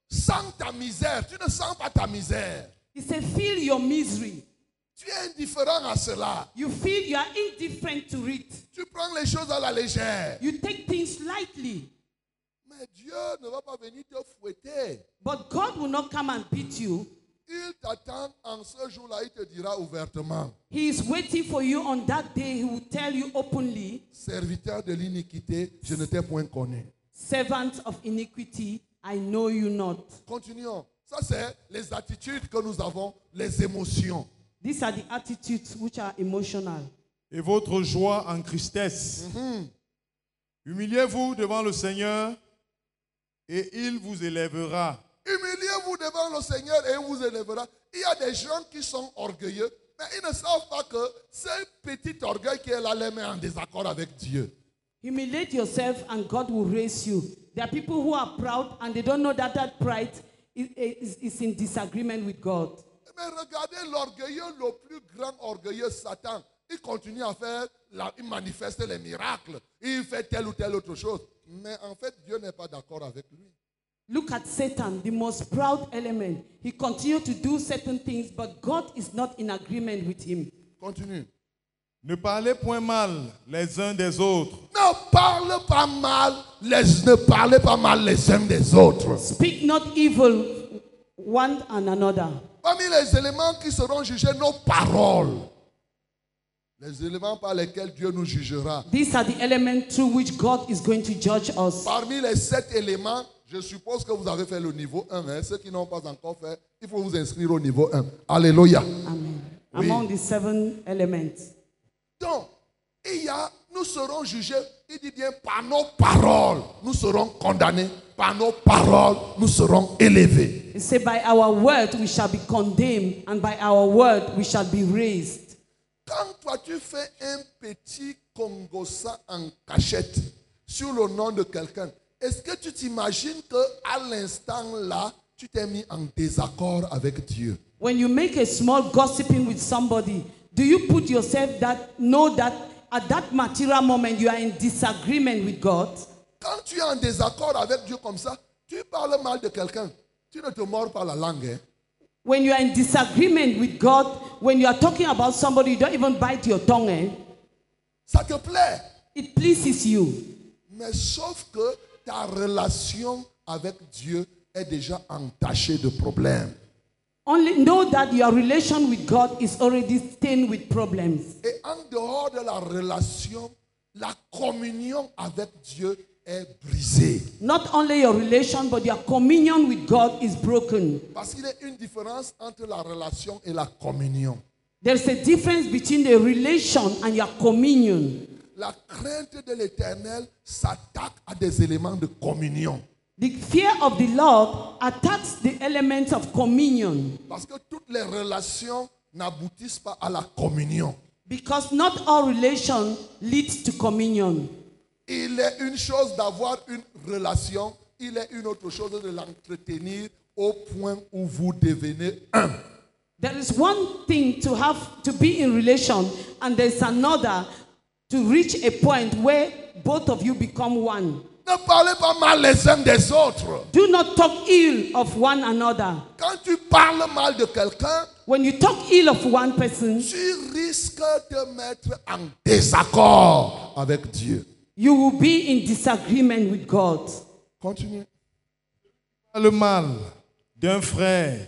Speaker 1: sans ta misère, tu ne sens pas ta misère.
Speaker 2: He said, Feel your misery.
Speaker 1: Tu es indifférent à cela.
Speaker 2: You feel you are indifferent to it.
Speaker 1: Tu prends les choses à la légère.
Speaker 2: You take things lightly,
Speaker 1: Mais Dieu ne va pas venir te fouetter.
Speaker 2: but God will not come and beat you.
Speaker 1: Il t'attend en ce jour-là, il te dira ouvertement,
Speaker 2: He is waiting for you on that day. He will tell you openly,
Speaker 1: serviteur de l'iniquité, je ne t'ai point connu.
Speaker 2: Servant of iniquity, I know you not.
Speaker 1: Continuons. Ça, c'est les attitudes que nous avons, les émotions.
Speaker 2: These are the attitudes which are emotional.
Speaker 3: et votre joie en tristesse. Humiliez-vous devant le Seigneur et il vous élèvera.
Speaker 1: Humiliez-vous devant le Seigneur et il vous élèvera. Il y a des gens qui sont orgueilleux, mais ils ne savent pas que ce petit orgueil qui est là les met en désaccord avec Dieu.
Speaker 2: Humiliate yourself and God will raise you. There are people who are proud and they don't know that that pride is, is, is in disagreement with God.
Speaker 1: Mais regardez l'orgueilleux, le plus grand orgueilleux, Satan. Il continue à faire, la- il manifeste les miracles. Il fait telle ou telle autre chose. Mais en fait, Dieu n'est pas d'accord avec lui.
Speaker 2: Look at Satan, the most proud element. He continued to do certain things, but God is not in agreement with him.
Speaker 1: Continue.
Speaker 3: Ne parlez point mal les uns des autres,
Speaker 1: Ne parle pas mal, les- ne parlez pas mal les uns des autres.
Speaker 2: Speak not evil one and another.
Speaker 1: Parmi les éléments qui seront jugés, nos paroles. Les éléments par lesquels Dieu nous jugera.
Speaker 2: These are the elements through which God is going to judge us.
Speaker 1: Parmi les sept éléments, je suppose que vous avez fait le niveau 1. hein. Ceux qui n'ont pas encore fait, il faut vous inscrire au niveau 1. Alléluia.
Speaker 2: Amen.
Speaker 1: Oui.
Speaker 2: Among the seven elements.
Speaker 1: Donc, il y a, nous serons jugés, il dit bien, par nos paroles, nous serons condamnés. Par nos paroles, nous serons élevés.
Speaker 2: He said, By our word we shall be condemned, and by our word we shall be raised.
Speaker 1: Quand toi tu fais un petit congossa en cachette sur le nom de quelqu'un, est-ce que tu t'imagines que à l'instant là, tu t'es mis en désaccord avec Dieu
Speaker 2: When you make a small gossiping with somebody, do you put yourself that know that at that material moment you are in disagreement with God?
Speaker 1: Quand tu es en désaccord avec Dieu comme ça, tu parles mal de quelqu'un. Tu ne te mords pas la langue. hein.
Speaker 2: When you are in disagreement with God, when you are talking about somebody, you don't even bite your tongue, eh?
Speaker 1: Ça te plaît.
Speaker 2: It pleases you.
Speaker 1: Mais sauf que ta relation avec Dieu est déjà entachée de problèmes.
Speaker 2: Only know that your relation with God is already stained with problems.
Speaker 1: Et en dehors de la relation, la communion avec Dieu est brisée.
Speaker 2: Not only your relation, but your communion with God is broken.
Speaker 1: Parce qu'il y a une différence entre la relation et la communion.
Speaker 2: There's a difference between the relation and your communion.
Speaker 1: La crainte de l'éternel s'attaque à des éléments de communion.
Speaker 2: The fear of the Lord attacks the elements of communion
Speaker 1: Parce que toutes les relations n'aboutissent pas à la communion.
Speaker 2: because not all relation leads to communion.
Speaker 1: Il est une chose d'avoir une relation, il est une autre chose de l'entretenir au point où vous devenez un.
Speaker 2: There is one thing to have to be in relation, and there's another to reach a point where both of you become one.
Speaker 1: Ne parlez pas mal les uns des autres.
Speaker 2: Do not talk ill of one another.
Speaker 1: Quand tu parles mal de quelqu'un,
Speaker 2: When you talk ill of one person,
Speaker 1: tu risques de mettre en désaccord avec Dieu.
Speaker 2: you will be in disagreement with God.
Speaker 1: Continue.
Speaker 3: par le mal d'un frère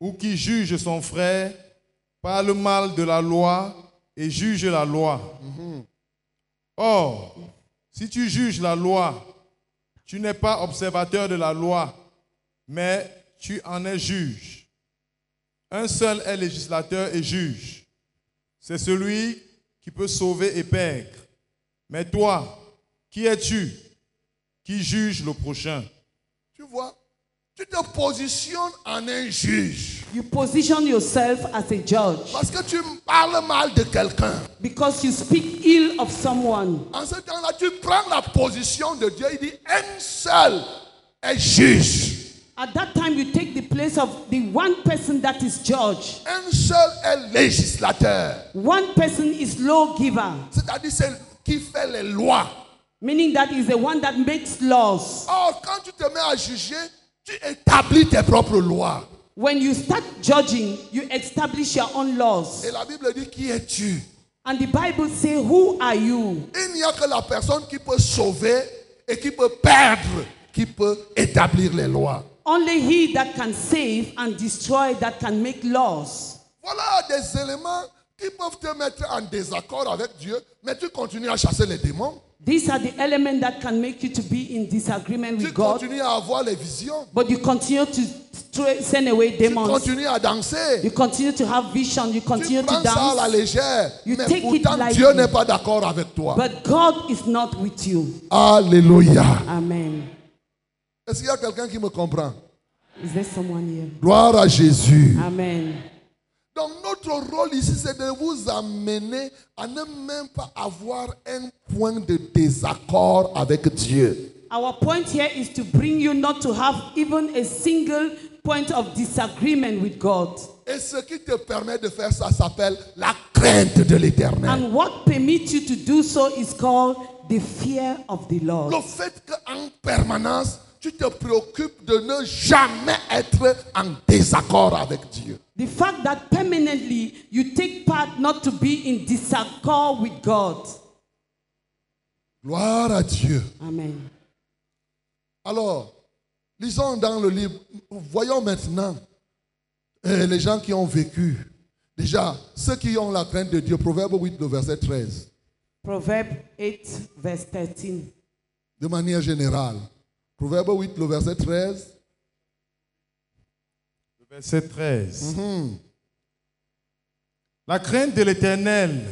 Speaker 3: ou qui juge son frère, par le mal de la loi et juge la loi. Or, si tu juges la loi, tu n'es pas observateur de la loi, mais tu en es juge. Un seul est législateur et juge. C'est celui qui peut sauver et perdre. Mais toi, qui es-tu qui juge le prochain
Speaker 1: Tu vois, tu te positionnes en un juge
Speaker 2: You position yourself as a judge
Speaker 1: parce que tu parles mal de quelqu'un.
Speaker 2: because you speak ill of someone.
Speaker 1: En ce temps-là, tu prends la position de Dieu. Il dit, un seul est juge.
Speaker 2: At that time, you take the place of the one person that is judge.
Speaker 1: Un seul est législateur.
Speaker 2: One person is lawgiver,
Speaker 1: C'est-à-dire, c'est qui fait les lois.
Speaker 2: meaning that is the one that makes laws.
Speaker 1: Or, quand tu te mets à juger, tu établis tes propres lois.
Speaker 2: When you start judging, you establish your own laws.
Speaker 1: Et la Bible dit, qui es-tu
Speaker 2: And the Bible says, Who are you?
Speaker 1: Il n'y a que la personne qui peut sauver et qui peut perdre, qui peut établir les lois.
Speaker 2: Only he that can save and destroy, that can make laws.
Speaker 1: Voilà des éléments qui peuvent te mettre en désaccord avec Dieu, mais tu continues à chasser les démons.
Speaker 2: These are the elements that can make you to be in disagreement
Speaker 1: Tu
Speaker 2: with God.
Speaker 1: continues à avoir les visions.
Speaker 2: But you continue to tra- send away
Speaker 1: Tu
Speaker 2: demons.
Speaker 1: continues à danser.
Speaker 2: You continue to have vision.
Speaker 1: Tu
Speaker 2: You continue to
Speaker 1: prends ça à la
Speaker 2: dance.
Speaker 1: légère.
Speaker 2: You
Speaker 1: mais
Speaker 2: take it
Speaker 1: pourtant,
Speaker 2: lightly.
Speaker 1: Dieu n'est pas d'accord avec toi.
Speaker 2: But God is not with you.
Speaker 1: Alléluia.
Speaker 2: Amen.
Speaker 1: Est-ce qu'il y a quelqu'un qui me comprend
Speaker 2: Is there someone here?
Speaker 1: Gloire à Jésus.
Speaker 2: Amen.
Speaker 1: Donc notre rôle ici, c'est de vous amener à ne même pas avoir un point de désaccord avec Dieu.
Speaker 2: Our point here is to bring you not to have even a single point of disagreement with God.
Speaker 1: Et ce qui te permet de faire ça s'appelle la crainte de l'éternel.
Speaker 2: And what permits you to do so is called the fear of the Lord.
Speaker 1: Le fait qu'en permanence, tu te préoccupes de ne jamais être en désaccord avec Dieu.
Speaker 2: The fact that permanently you take part not to be in disaccord with God.
Speaker 1: Gloire à Dieu.
Speaker 2: Amen.
Speaker 1: Alors, lisons dans le livre, voyons maintenant euh, les gens qui ont vécu. Déjà, ceux qui ont la crainte de Dieu, Proverbe 8, le verset 13,
Speaker 2: Proverb 8, verse 13.
Speaker 1: de manière générale. Proverbe 8, le verset 13.
Speaker 3: Verset 13. La crainte de l'Éternel,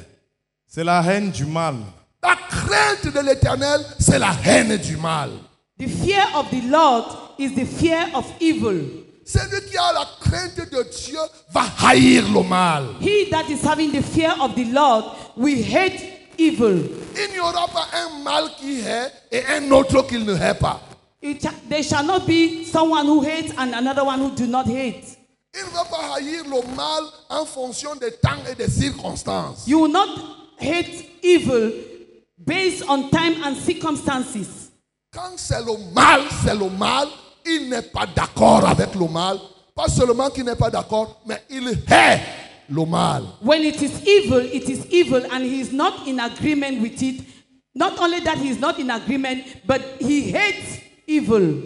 Speaker 3: c'est la haine du mal.
Speaker 1: La crainte de l'éternel, c'est la haine du mal.
Speaker 2: The fear of the Lord is the fear of evil.
Speaker 1: Celui qui a la crainte de Dieu va haïr le mal.
Speaker 2: He that is having the fear of the Lord will hate evil.
Speaker 1: Il n'y aura pas un mal qui hait et un autre qu'il ne hait pas.
Speaker 2: It sha- there shall not be someone who hates and another one who do not hate.
Speaker 1: Il ne va pas haïr le mal en fonction des temps et des circonstances.
Speaker 2: You will not hate evil based on time and circumstances.
Speaker 1: Quand c'est le mal, c'est le mal. Il n'est pas d'accord avec le mal. Pas seulement qu'il n'est pas d'accord, mais il hait le mal.
Speaker 2: When it is evil, it is evil, and he is not in agreement with it. Not only that he is not in agreement, but he hates evil.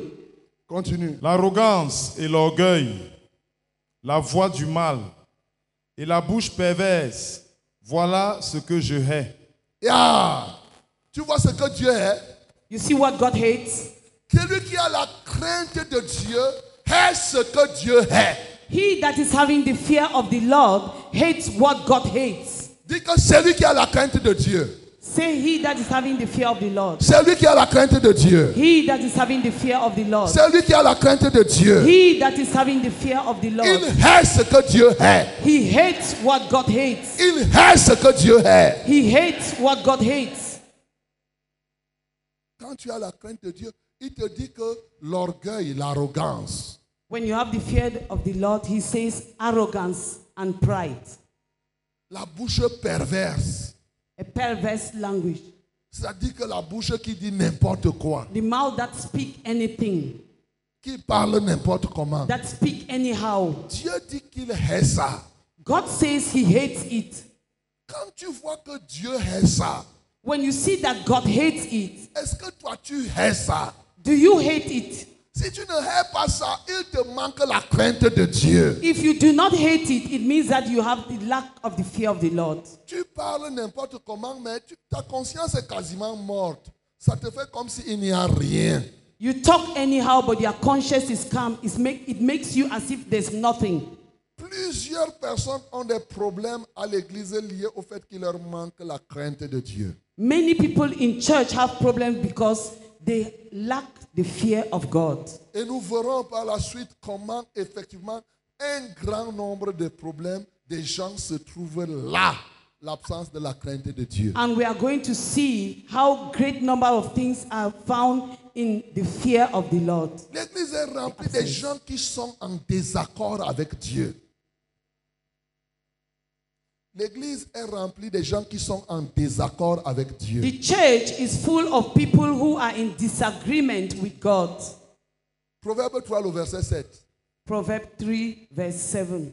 Speaker 1: Continue.
Speaker 3: L'arrogance et l'orgueil, la voix du mal et la bouche perverse, voilà ce que je hais.
Speaker 1: Yeah. Tu vois ce que Dieu est
Speaker 2: You see what God hates?
Speaker 1: Celui qui a la crainte de Dieu hait ce que Dieu hait.
Speaker 2: He that is having the fear of the Lord hates what God hates.
Speaker 1: Dis que celui qui a la crainte de Dieu,
Speaker 2: Say, He that is having the fear of the Lord.
Speaker 1: celui qui a la crainte de Dieu,
Speaker 2: He that is having the fear of the Lord.
Speaker 1: celui qui a la crainte de Dieu,
Speaker 2: He that is having the fear of the
Speaker 1: il
Speaker 2: Lord.
Speaker 1: hait ce que Dieu hait.
Speaker 2: He hates what God hates.
Speaker 1: Il hait ce que Dieu hait.
Speaker 2: He hates what God hates.
Speaker 1: Quand tu as la crainte de Dieu, il te dit que l'orgueil, l'arrogance,
Speaker 2: When you have the fear of the Lord, he says arrogance and pride,
Speaker 1: la bouche perverse,
Speaker 2: a perverse language,
Speaker 1: c'est-à-dire que la bouche qui dit n'importe quoi,
Speaker 2: the mouth that speak anything,
Speaker 1: qui parle n'importe comment.
Speaker 2: that speak anyhow.
Speaker 1: Dieu dit qu'il hait ça.
Speaker 2: God says he hates it.
Speaker 1: Quand tu vois que Dieu hait ça,
Speaker 2: When you see that God hates it,
Speaker 1: est-ce que toi tu hais ça
Speaker 2: do you hate it?
Speaker 1: Si tu ne hais pas ça, il te manque la crainte de Dieu.
Speaker 2: If you do not hate it, it means that you have the lack of the fear of the Lord.
Speaker 1: Tu parles n'importe comment, mais tu- ta conscience est quasiment morte. Ça te fait comme s'il n'y a rien.
Speaker 2: You talk anyhow, but your conscience is calm. It's make, it makes you as if there's nothing.
Speaker 1: Plusieurs personnes ont des problèmes à l'église liés au fait qu'il leur manque la crainte de Dieu.
Speaker 2: Many people in church have problems because they lack the fear of God.
Speaker 1: Et nous verrons par la suite comment effectivement un grand nombre de problèmes des gens se trouvent là, l'absence de la crainte de Dieu.
Speaker 2: And we are going to see how great number of things are found in the fear of the Lord.
Speaker 1: L'église est remplie des gens qui sont en désaccord avec Dieu. L'église est remplie des gens qui sont en désaccord avec Dieu.
Speaker 2: The church is full of people who are in disagreement with God.
Speaker 1: Proverbe 3, le verset 7.
Speaker 2: Proverb 3, verse 7.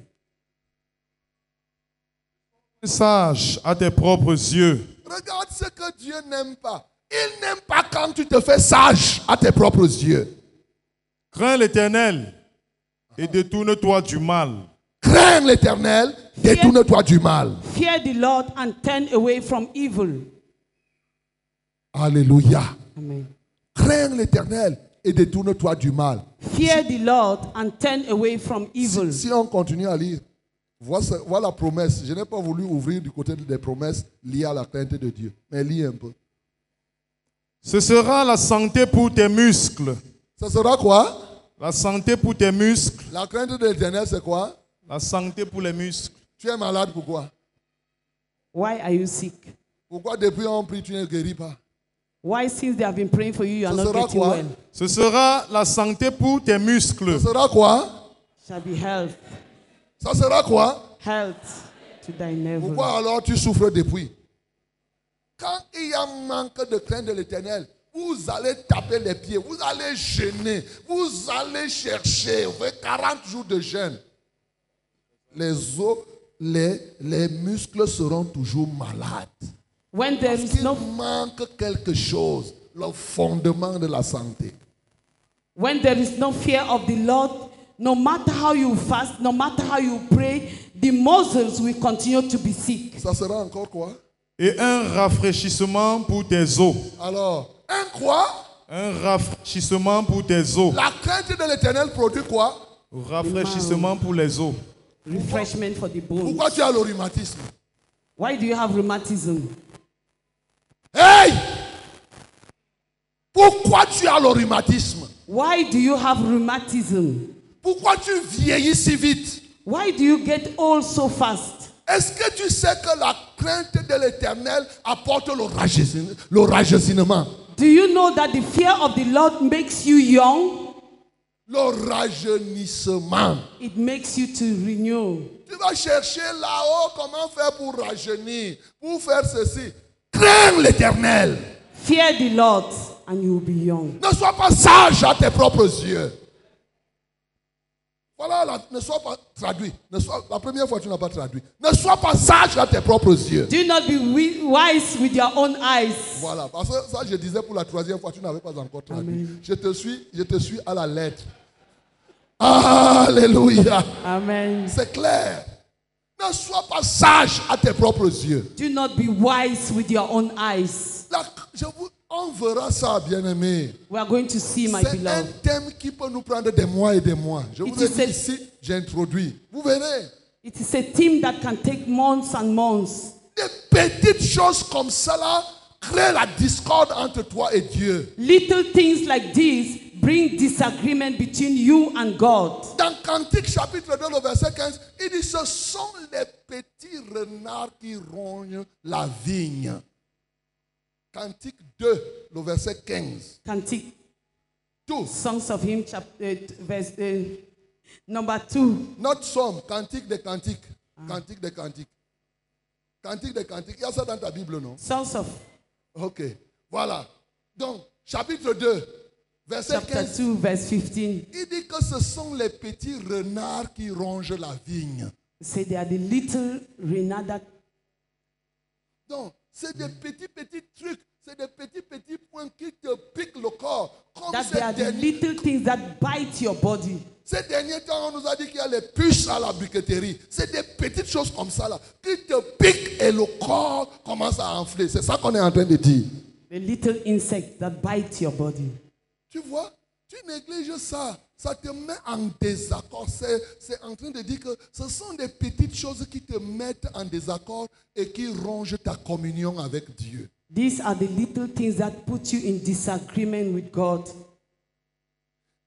Speaker 3: Sage à tes propres yeux,
Speaker 1: Regarde ce que Dieu n'aime pas. Il n'aime pas quand tu te fais sage à tes propres yeux.
Speaker 3: crains l'Éternel et détourne-toi du mal.
Speaker 1: Crains l'éternel, détourne-toi du mal.
Speaker 2: Fear the Lord and turn away from evil.
Speaker 1: Alléluia.
Speaker 2: Amen.
Speaker 1: Crains l'éternel et détourne-toi du mal.
Speaker 2: Fear the Lord and turn away from evil.
Speaker 1: Si on continue à lire, voilà, ce- voilà la promesse. Je n'ai pas voulu ouvrir du côté des promesses liées à la crainte de Dieu. Mais lis un peu.
Speaker 3: Ce sera la santé pour tes muscles.
Speaker 1: Ça sera quoi
Speaker 3: La santé pour tes muscles.
Speaker 1: La crainte de l'éternel, c'est quoi
Speaker 3: La santé pour les muscles.
Speaker 1: Tu es malade, pourquoi
Speaker 2: Why are you sick?
Speaker 1: Pourquoi depuis on prie, tu ne guéris pas
Speaker 2: Why, since they have been praying for you, you are
Speaker 1: Ça
Speaker 2: not
Speaker 1: sera
Speaker 2: getting
Speaker 1: quoi?
Speaker 2: well?
Speaker 3: Ce sera la santé pour tes muscles.
Speaker 1: Ça sera quoi
Speaker 2: Shall be health,
Speaker 1: Ça sera quoi
Speaker 2: health to thy navel.
Speaker 1: Pourquoi alors tu souffres depuis Quand il y a manque de crainte de l'éternel, vous allez taper les pieds, vous allez jeûner, vous allez chercher, vous faites 40 jours de jeûne. Les os, les, les muscles seront toujours malades.
Speaker 2: When there is
Speaker 1: Il
Speaker 2: no
Speaker 1: manque quelque chose, le fondement de la santé.
Speaker 2: When there is no fear of the Lord, no matter how you fast, no matter how you pray, the muscles will continue to be sick.
Speaker 1: Ça sera encore quoi
Speaker 3: Et un rafraîchissement pour tes os.
Speaker 1: Alors, un quoi
Speaker 3: Un rafraîchissement pour tes os.
Speaker 1: La crainte de l'éternel produit quoi
Speaker 3: Rafraîchissement pour les os.
Speaker 2: Refreshment for the bones.
Speaker 1: Pourquoi tu as le rhumatisme
Speaker 2: Why do you have rheumatism?
Speaker 1: Hey Pourquoi tu as le rhumatisme
Speaker 2: Why do you have rheumatism?
Speaker 1: Pourquoi tu vieillis si vite
Speaker 2: Why do you get old so fast?
Speaker 1: Est-ce que tu sais que la crainte de l'éternel apporte le rajeuni- le rajeunisement
Speaker 2: Do you know that the fear of the Lord makes you young?
Speaker 1: Le rajeunissement.
Speaker 2: It makes you to renew.
Speaker 1: Tu vas chercher là-haut comment faire pour rajeunir, pour faire ceci. Crains l'éternel.
Speaker 2: Fear the Lord and you will be young.
Speaker 1: Ne sois pas sage à tes propres yeux. Voilà, la- ne sois pas traduit. Ne sois- la première fois, tu n'as pas traduit. Ne sois pas sage à tes propres yeux.
Speaker 2: Do not be wi- wise with your own eyes.
Speaker 1: Voilà, parce que ça, je disais pour la troisième fois, tu n'avais pas encore traduit. Je te suis, je te suis à la lettre. Alléluia.
Speaker 2: Amen.
Speaker 1: C'est clair. Ne sois pas sage à tes propres yeux.
Speaker 2: Do not be wise with your own eyes.
Speaker 1: La- je vous, on verra ça, bien-aimé.
Speaker 2: We are going to see, my
Speaker 1: C'est un
Speaker 2: beloved.
Speaker 1: thème qui peut nous prendre des mois et des mois. Je vous
Speaker 2: It
Speaker 1: ai
Speaker 2: is a-
Speaker 1: dit ici, j'introduis. Vous verrez.
Speaker 2: It is a theme that can take months and months.
Speaker 1: Des petites choses comme ça là créent la discorde entre toi et Dieu.
Speaker 2: Little things like this bring disagreement between you and God.
Speaker 1: Dans Cantique chapitre 2, le verset 15, il dit Ce sont les petits renards qui rognent la vigne. Cantique 2, le verset 15.
Speaker 2: Cantique,
Speaker 1: Tout.
Speaker 2: Songs of Hymn, chapter, eh, verse eh, number two.
Speaker 1: Notre somme, Cantique des Cantiques. Cantique des Cantiques. Cantique des Cantiques. Il y a ça dans ta Bible, non
Speaker 2: Songs of
Speaker 1: Ok. Voilà. Donc, chapitre 2, verset
Speaker 2: chapter
Speaker 1: 15.
Speaker 2: two, verse fifteen.
Speaker 1: Il dit que ce sont les petits renards qui rongent la vigne.
Speaker 2: Say they are the little renard that
Speaker 1: Donc, c'est des petits, petits trucs, c'est des petits, petits points qui te piquent le corps. Comme
Speaker 2: that
Speaker 1: ces
Speaker 2: they are the
Speaker 1: derniers,
Speaker 2: little things that bite your body.
Speaker 1: ces derniers temps, on nous a dit qu'il y a les puces à la briqueterie. C'est des petites choses comme ça, là, qui te piquent et le corps commence à enfler. C'est ça qu'on est en train de dire.
Speaker 2: The little insect that bite your body.
Speaker 1: Tu vois, tu négliges ça. Ça te met en désaccord. C'est c'est en train de dire que ce sont des petites choses qui te mettent en désaccord et qui rongent ta communion avec Dieu.
Speaker 2: These are the little things that put you in disagreement with God.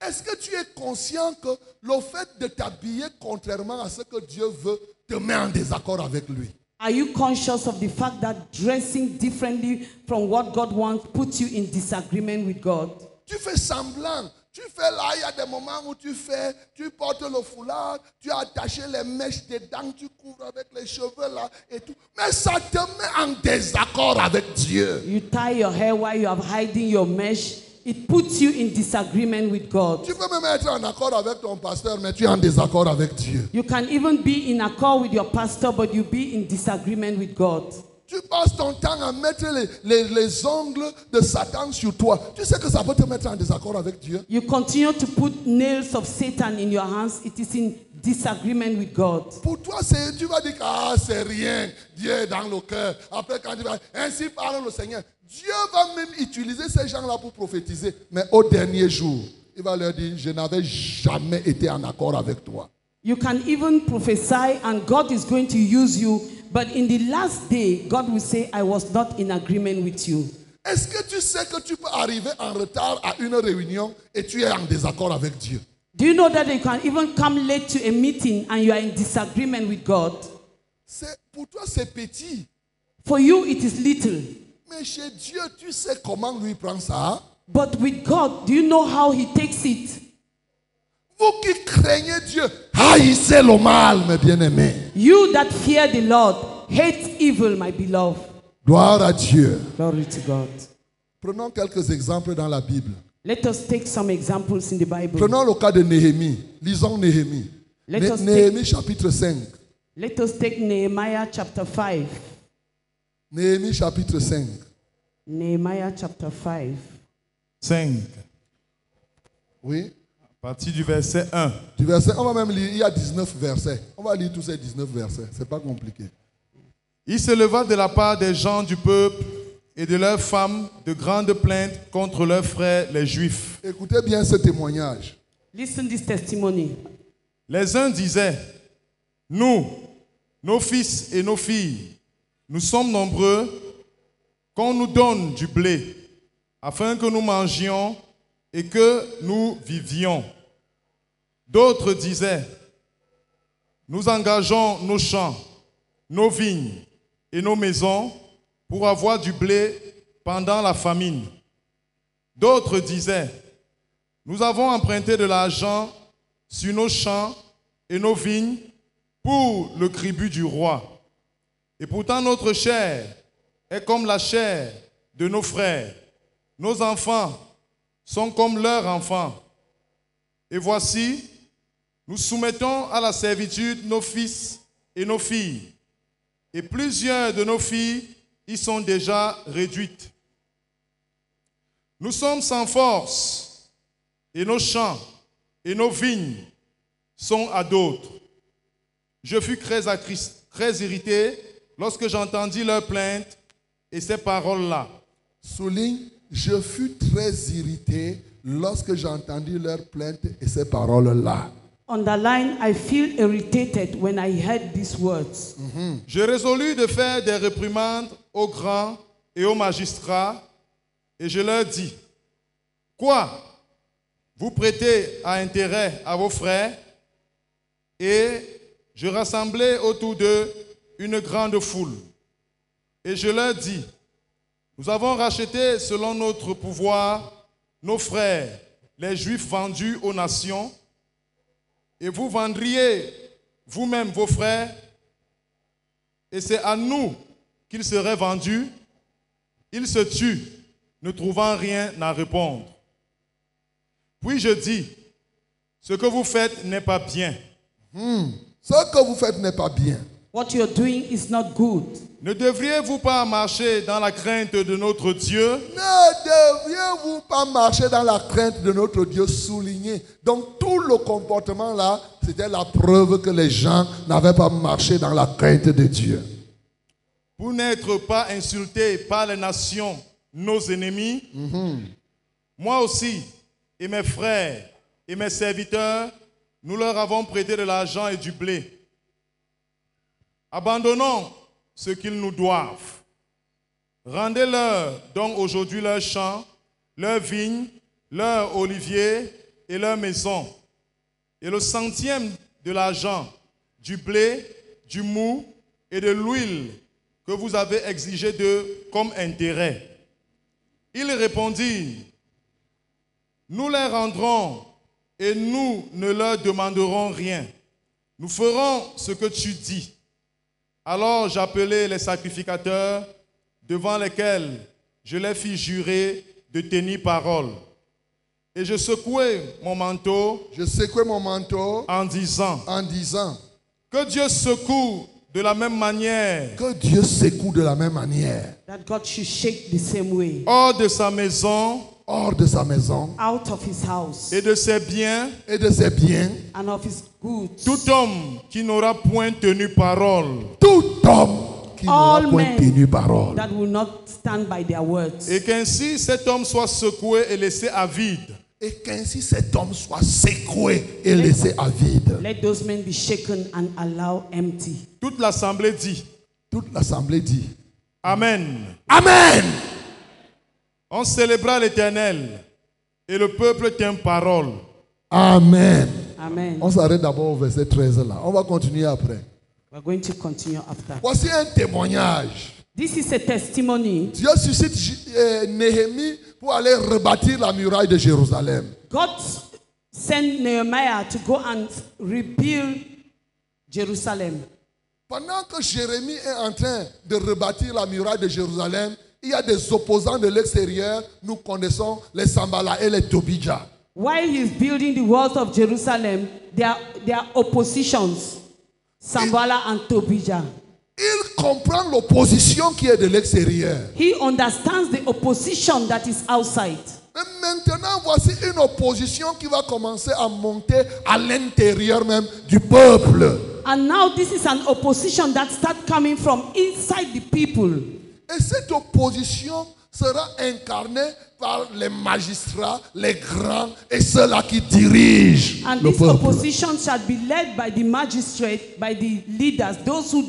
Speaker 1: Est-ce que tu es conscient que le fait de t'habiller contrairement à ce que Dieu veut te met en désaccord avec lui
Speaker 2: Are you conscious of the fact that dressing differently from what God wants puts you in disagreement with God?
Speaker 1: Tu fais semblant. Tu fais là, il y a des moments où tu fais, tu portes le foulard, tu as attaché les mèches dedans, tu couvres avec les cheveux là et tout. Mais ça te met en désaccord avec Dieu.
Speaker 2: You tie your hair while you are hiding your mesh. It puts you in disagreement with God.
Speaker 1: Tu peux même être en accord avec ton pasteur, mais tu es en désaccord avec Dieu.
Speaker 2: You can even be in accord with your pastor, but you be in disagreement with God.
Speaker 1: Tu passes ton temps à mettre les, les- les ongles de Satan sur toi. Tu sais que ça peut te mettre en désaccord avec Dieu.
Speaker 2: You continue to put nails of Satan in your hands. It is in disagreement with God.
Speaker 1: Pour toi, c'est- tu vas dire que ah, c'est rien. Dieu est dans le cœur. Après, quand tu vas, ainsi parle le Seigneur. Dieu va même utiliser ces gens-là pour prophétiser. Mais au dernier jour, il va leur dire, je n'avais jamais été en accord avec toi.
Speaker 2: You can even prophesy, and God is going to use you. But in the last day, God will say, I was not in agreement with you.
Speaker 1: Est-ce que tu sais que tu peux arriver en retard à une réunion et tu es en désaccord avec Dieu
Speaker 2: Do you know that you can even come late to a meeting and you are in disagreement with God?
Speaker 1: C'est- Pour toi, c'est petit.
Speaker 2: For you, it is little.
Speaker 1: Mais chez Dieu, tu sais comment lui prend ça.
Speaker 2: But with God, do you know how He takes it?
Speaker 1: Vous qui craignez Dieu, haïssez le mal, mes bien-aimés.
Speaker 2: You that fear the Lord, hate evil, my beloved.
Speaker 1: Gloire à Dieu.
Speaker 2: Glory to God.
Speaker 1: Prenons quelques exemples dans la Bible.
Speaker 2: Let us take some examples in the Bible.
Speaker 1: Prenons le cas de Néhémie. Lisons Néhémie.
Speaker 2: Let
Speaker 1: Né-
Speaker 2: us
Speaker 1: Néhémie chapitre 5.
Speaker 2: Let us take Nehemiah chapter 5.
Speaker 1: Néhémie chapitre 5.
Speaker 2: Nehemiah chapter 5.
Speaker 3: 5,
Speaker 1: Oui.
Speaker 3: à partir du verset 1.
Speaker 1: Du verset, on va même lire, il y a 19 versets. On va lire tous ces 19 versets. C'est pas compliqué.
Speaker 3: Il se leva de la part des gens du peuple et de leurs femmes de grandes plaintes contre leurs frères les Juifs.
Speaker 1: Écoutez bien ce témoignage.
Speaker 2: Listen this testimony.
Speaker 3: Les uns disaient, nous, nos fils et nos filles, nous sommes nombreux, qu'on nous donne du blé, afin que nous mangions et que nous vivions. D'autres disaient, nous engageons nos champs, nos vignes et nos maisons pour avoir du blé pendant la famine. D'autres disaient, nous avons emprunté de l'argent sur nos champs et nos vignes pour le tribut du roi. Et pourtant notre chair est comme la chair de nos frères. Nos enfants sont comme leurs enfants. Et voici, nous soumettons à la servitude nos fils et nos filles. Et plusieurs de nos filles y sont déjà réduites. Nous sommes sans force et nos champs et nos vignes sont à d'autres. Je fus très, accris- très irrité lorsque j'entendis leurs plaintes et ces paroles-là.
Speaker 1: Souligne, je fus très irrité lorsque j'entendis leurs plaintes et ces paroles-là.
Speaker 2: Underline, I feel irritated when I heard these words.
Speaker 3: Je résolus de faire des réprimandes aux grands et aux magistrats, et je leur dis, quoi Vous prêtez à intérêt à vos frères, et je rassemblai autour d'eux une grande foule. Et je leur dis, nous avons racheté selon notre pouvoir nos frères, les juifs vendus aux nations, et vous vendriez vous-même vos frères et c'est à nous qu'il serait vendu. Il se tue, ne trouvant rien à répondre. Puis je dis, ce que vous faites n'est pas bien.
Speaker 1: Ce que vous faites n'est pas bien.
Speaker 2: What you're doing is not good.
Speaker 3: Ne devriez-vous pas marcher dans la crainte de notre Dieu
Speaker 1: Ne devriez-vous pas marcher dans la crainte de notre Dieu souligné Donc tout le comportement là, c'était la preuve que les gens n'avaient pas marché dans la crainte de Dieu.
Speaker 3: pour n'être pas insultés par les nations, nos ennemis, moi aussi et mes frères et mes serviteurs, nous leur avons prêté de l'argent et du blé. Abandonnons ce qu'ils nous doivent. Rendez-leur donc aujourd'hui leurs champs, leurs vignes, leurs oliviers et leurs maisons. Et le centième de l'argent, du blé, du mou et de l'huile que vous avez exigé d'eux comme intérêt. Ils répondirent, nous les rendrons et nous ne leur demanderons rien. Nous ferons ce que tu dis. Alors j'appelai les sacrificateurs devant lesquels je les fis jurer de tenir parole. Et je secouai mon manteau
Speaker 1: Je secouais mon manteau
Speaker 3: en disant,
Speaker 1: en disant
Speaker 3: que Dieu secoue de la même manière
Speaker 1: que Dieu secoue de la même manière.
Speaker 2: That God should shake the same way.
Speaker 3: hors de sa maison
Speaker 1: hors de sa maison
Speaker 2: out of his house
Speaker 3: et de ses biens,
Speaker 1: et de ses biens.
Speaker 2: and of his goods.
Speaker 3: tout homme qui n'aura point tenu parole
Speaker 1: Tout homme qui n'aura
Speaker 2: All
Speaker 1: point
Speaker 2: men.
Speaker 1: tenu parole.
Speaker 2: that will not stand by their words.
Speaker 3: et qu'ainsi cet homme soit secoué et laissé à vide.
Speaker 1: Et qu'ainsi cet homme soit secoué et laissé à vide.
Speaker 2: Let those men be shaken and allow empty.
Speaker 3: Toute l'assemblée dit
Speaker 1: Toute l'assemblée dit
Speaker 3: Amen.
Speaker 1: Amen.
Speaker 3: On célébra l'Éternel et le peuple tient parole.
Speaker 1: Amen.
Speaker 2: Amen.
Speaker 1: On s'arrête d'abord au verset 13 là. On va continuer après.
Speaker 2: We're going to continue after.
Speaker 1: Voici un témoignage.
Speaker 2: This is a testimony.
Speaker 1: Dieu suscite J- euh, Néhémie pour aller rebâtir la muraille de Jérusalem.
Speaker 2: God sent Nehemiah to go and rebuild Jerusalem.
Speaker 1: Pendant que Jérémie est en train de rebâtir la muraille de Jérusalem, il y a des opposants de l'extérieur. Nous connaissons les Sambala et les Tobija.
Speaker 2: While he's building the walls of Jerusalem, there are, there are oppositions, Sambala and Tobijah.
Speaker 1: Il comprend l'opposition qui est de l'extérieur.
Speaker 2: He understands the opposition that is outside.
Speaker 1: Mais maintenant, voici une opposition qui va commencer à monter à l'intérieur même du peuple.
Speaker 2: And now this is an opposition that starts coming from inside the people.
Speaker 1: Et cette opposition sera incarnée par les magistrats, les grands et ceux-là qui dirigent
Speaker 2: And
Speaker 1: le
Speaker 2: this
Speaker 1: peuple.
Speaker 2: opposition shall be led by the magistrate, by the leaders, those who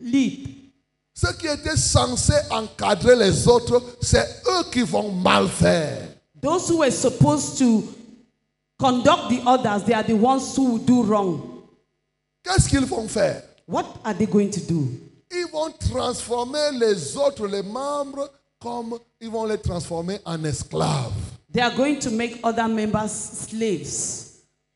Speaker 2: lead.
Speaker 1: Ceux qui étaient censés encadrer les autres, c'est eux qui vont mal faire.
Speaker 2: Those who were supposed to conduct the others, they are the ones who will do wrong.
Speaker 1: Qu'est-ce qu'ils vont faire
Speaker 2: What are they going to do?
Speaker 1: Ils vont transformer les autres, les membres, comme ils vont les transformer en esclaves.
Speaker 2: They are going to make other members slaves.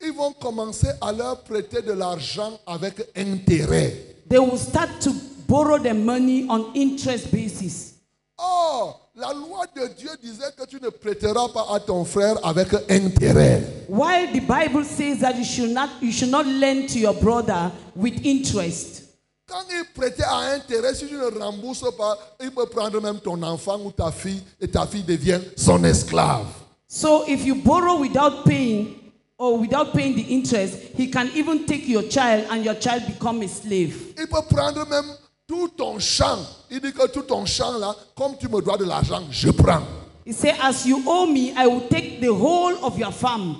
Speaker 1: Ils vont commencer à leur prêter de l'argent avec intérêt.
Speaker 2: They will start to borrow their money on interest basis.
Speaker 1: Or, Oh, la loi de Dieu disait que tu ne prêteras pas à ton frère avec intérêt.
Speaker 2: While the Bible says that you should not you should not lend to your brother with interest.
Speaker 1: Quand il prêtait à intérêt, si tu ne rembourses pas, il peut prendre même ton enfant ou ta fille et ta fille devient son esclave.
Speaker 2: So if you borrow without paying or without paying the interest, he can even take your child and your child become a slave.
Speaker 1: Il peut prendre même tout ton champ. Il dit que tout ton champ là, comme tu me dois de l'argent, je prends.
Speaker 2: He said, As you owe me, I will take the whole of your farm.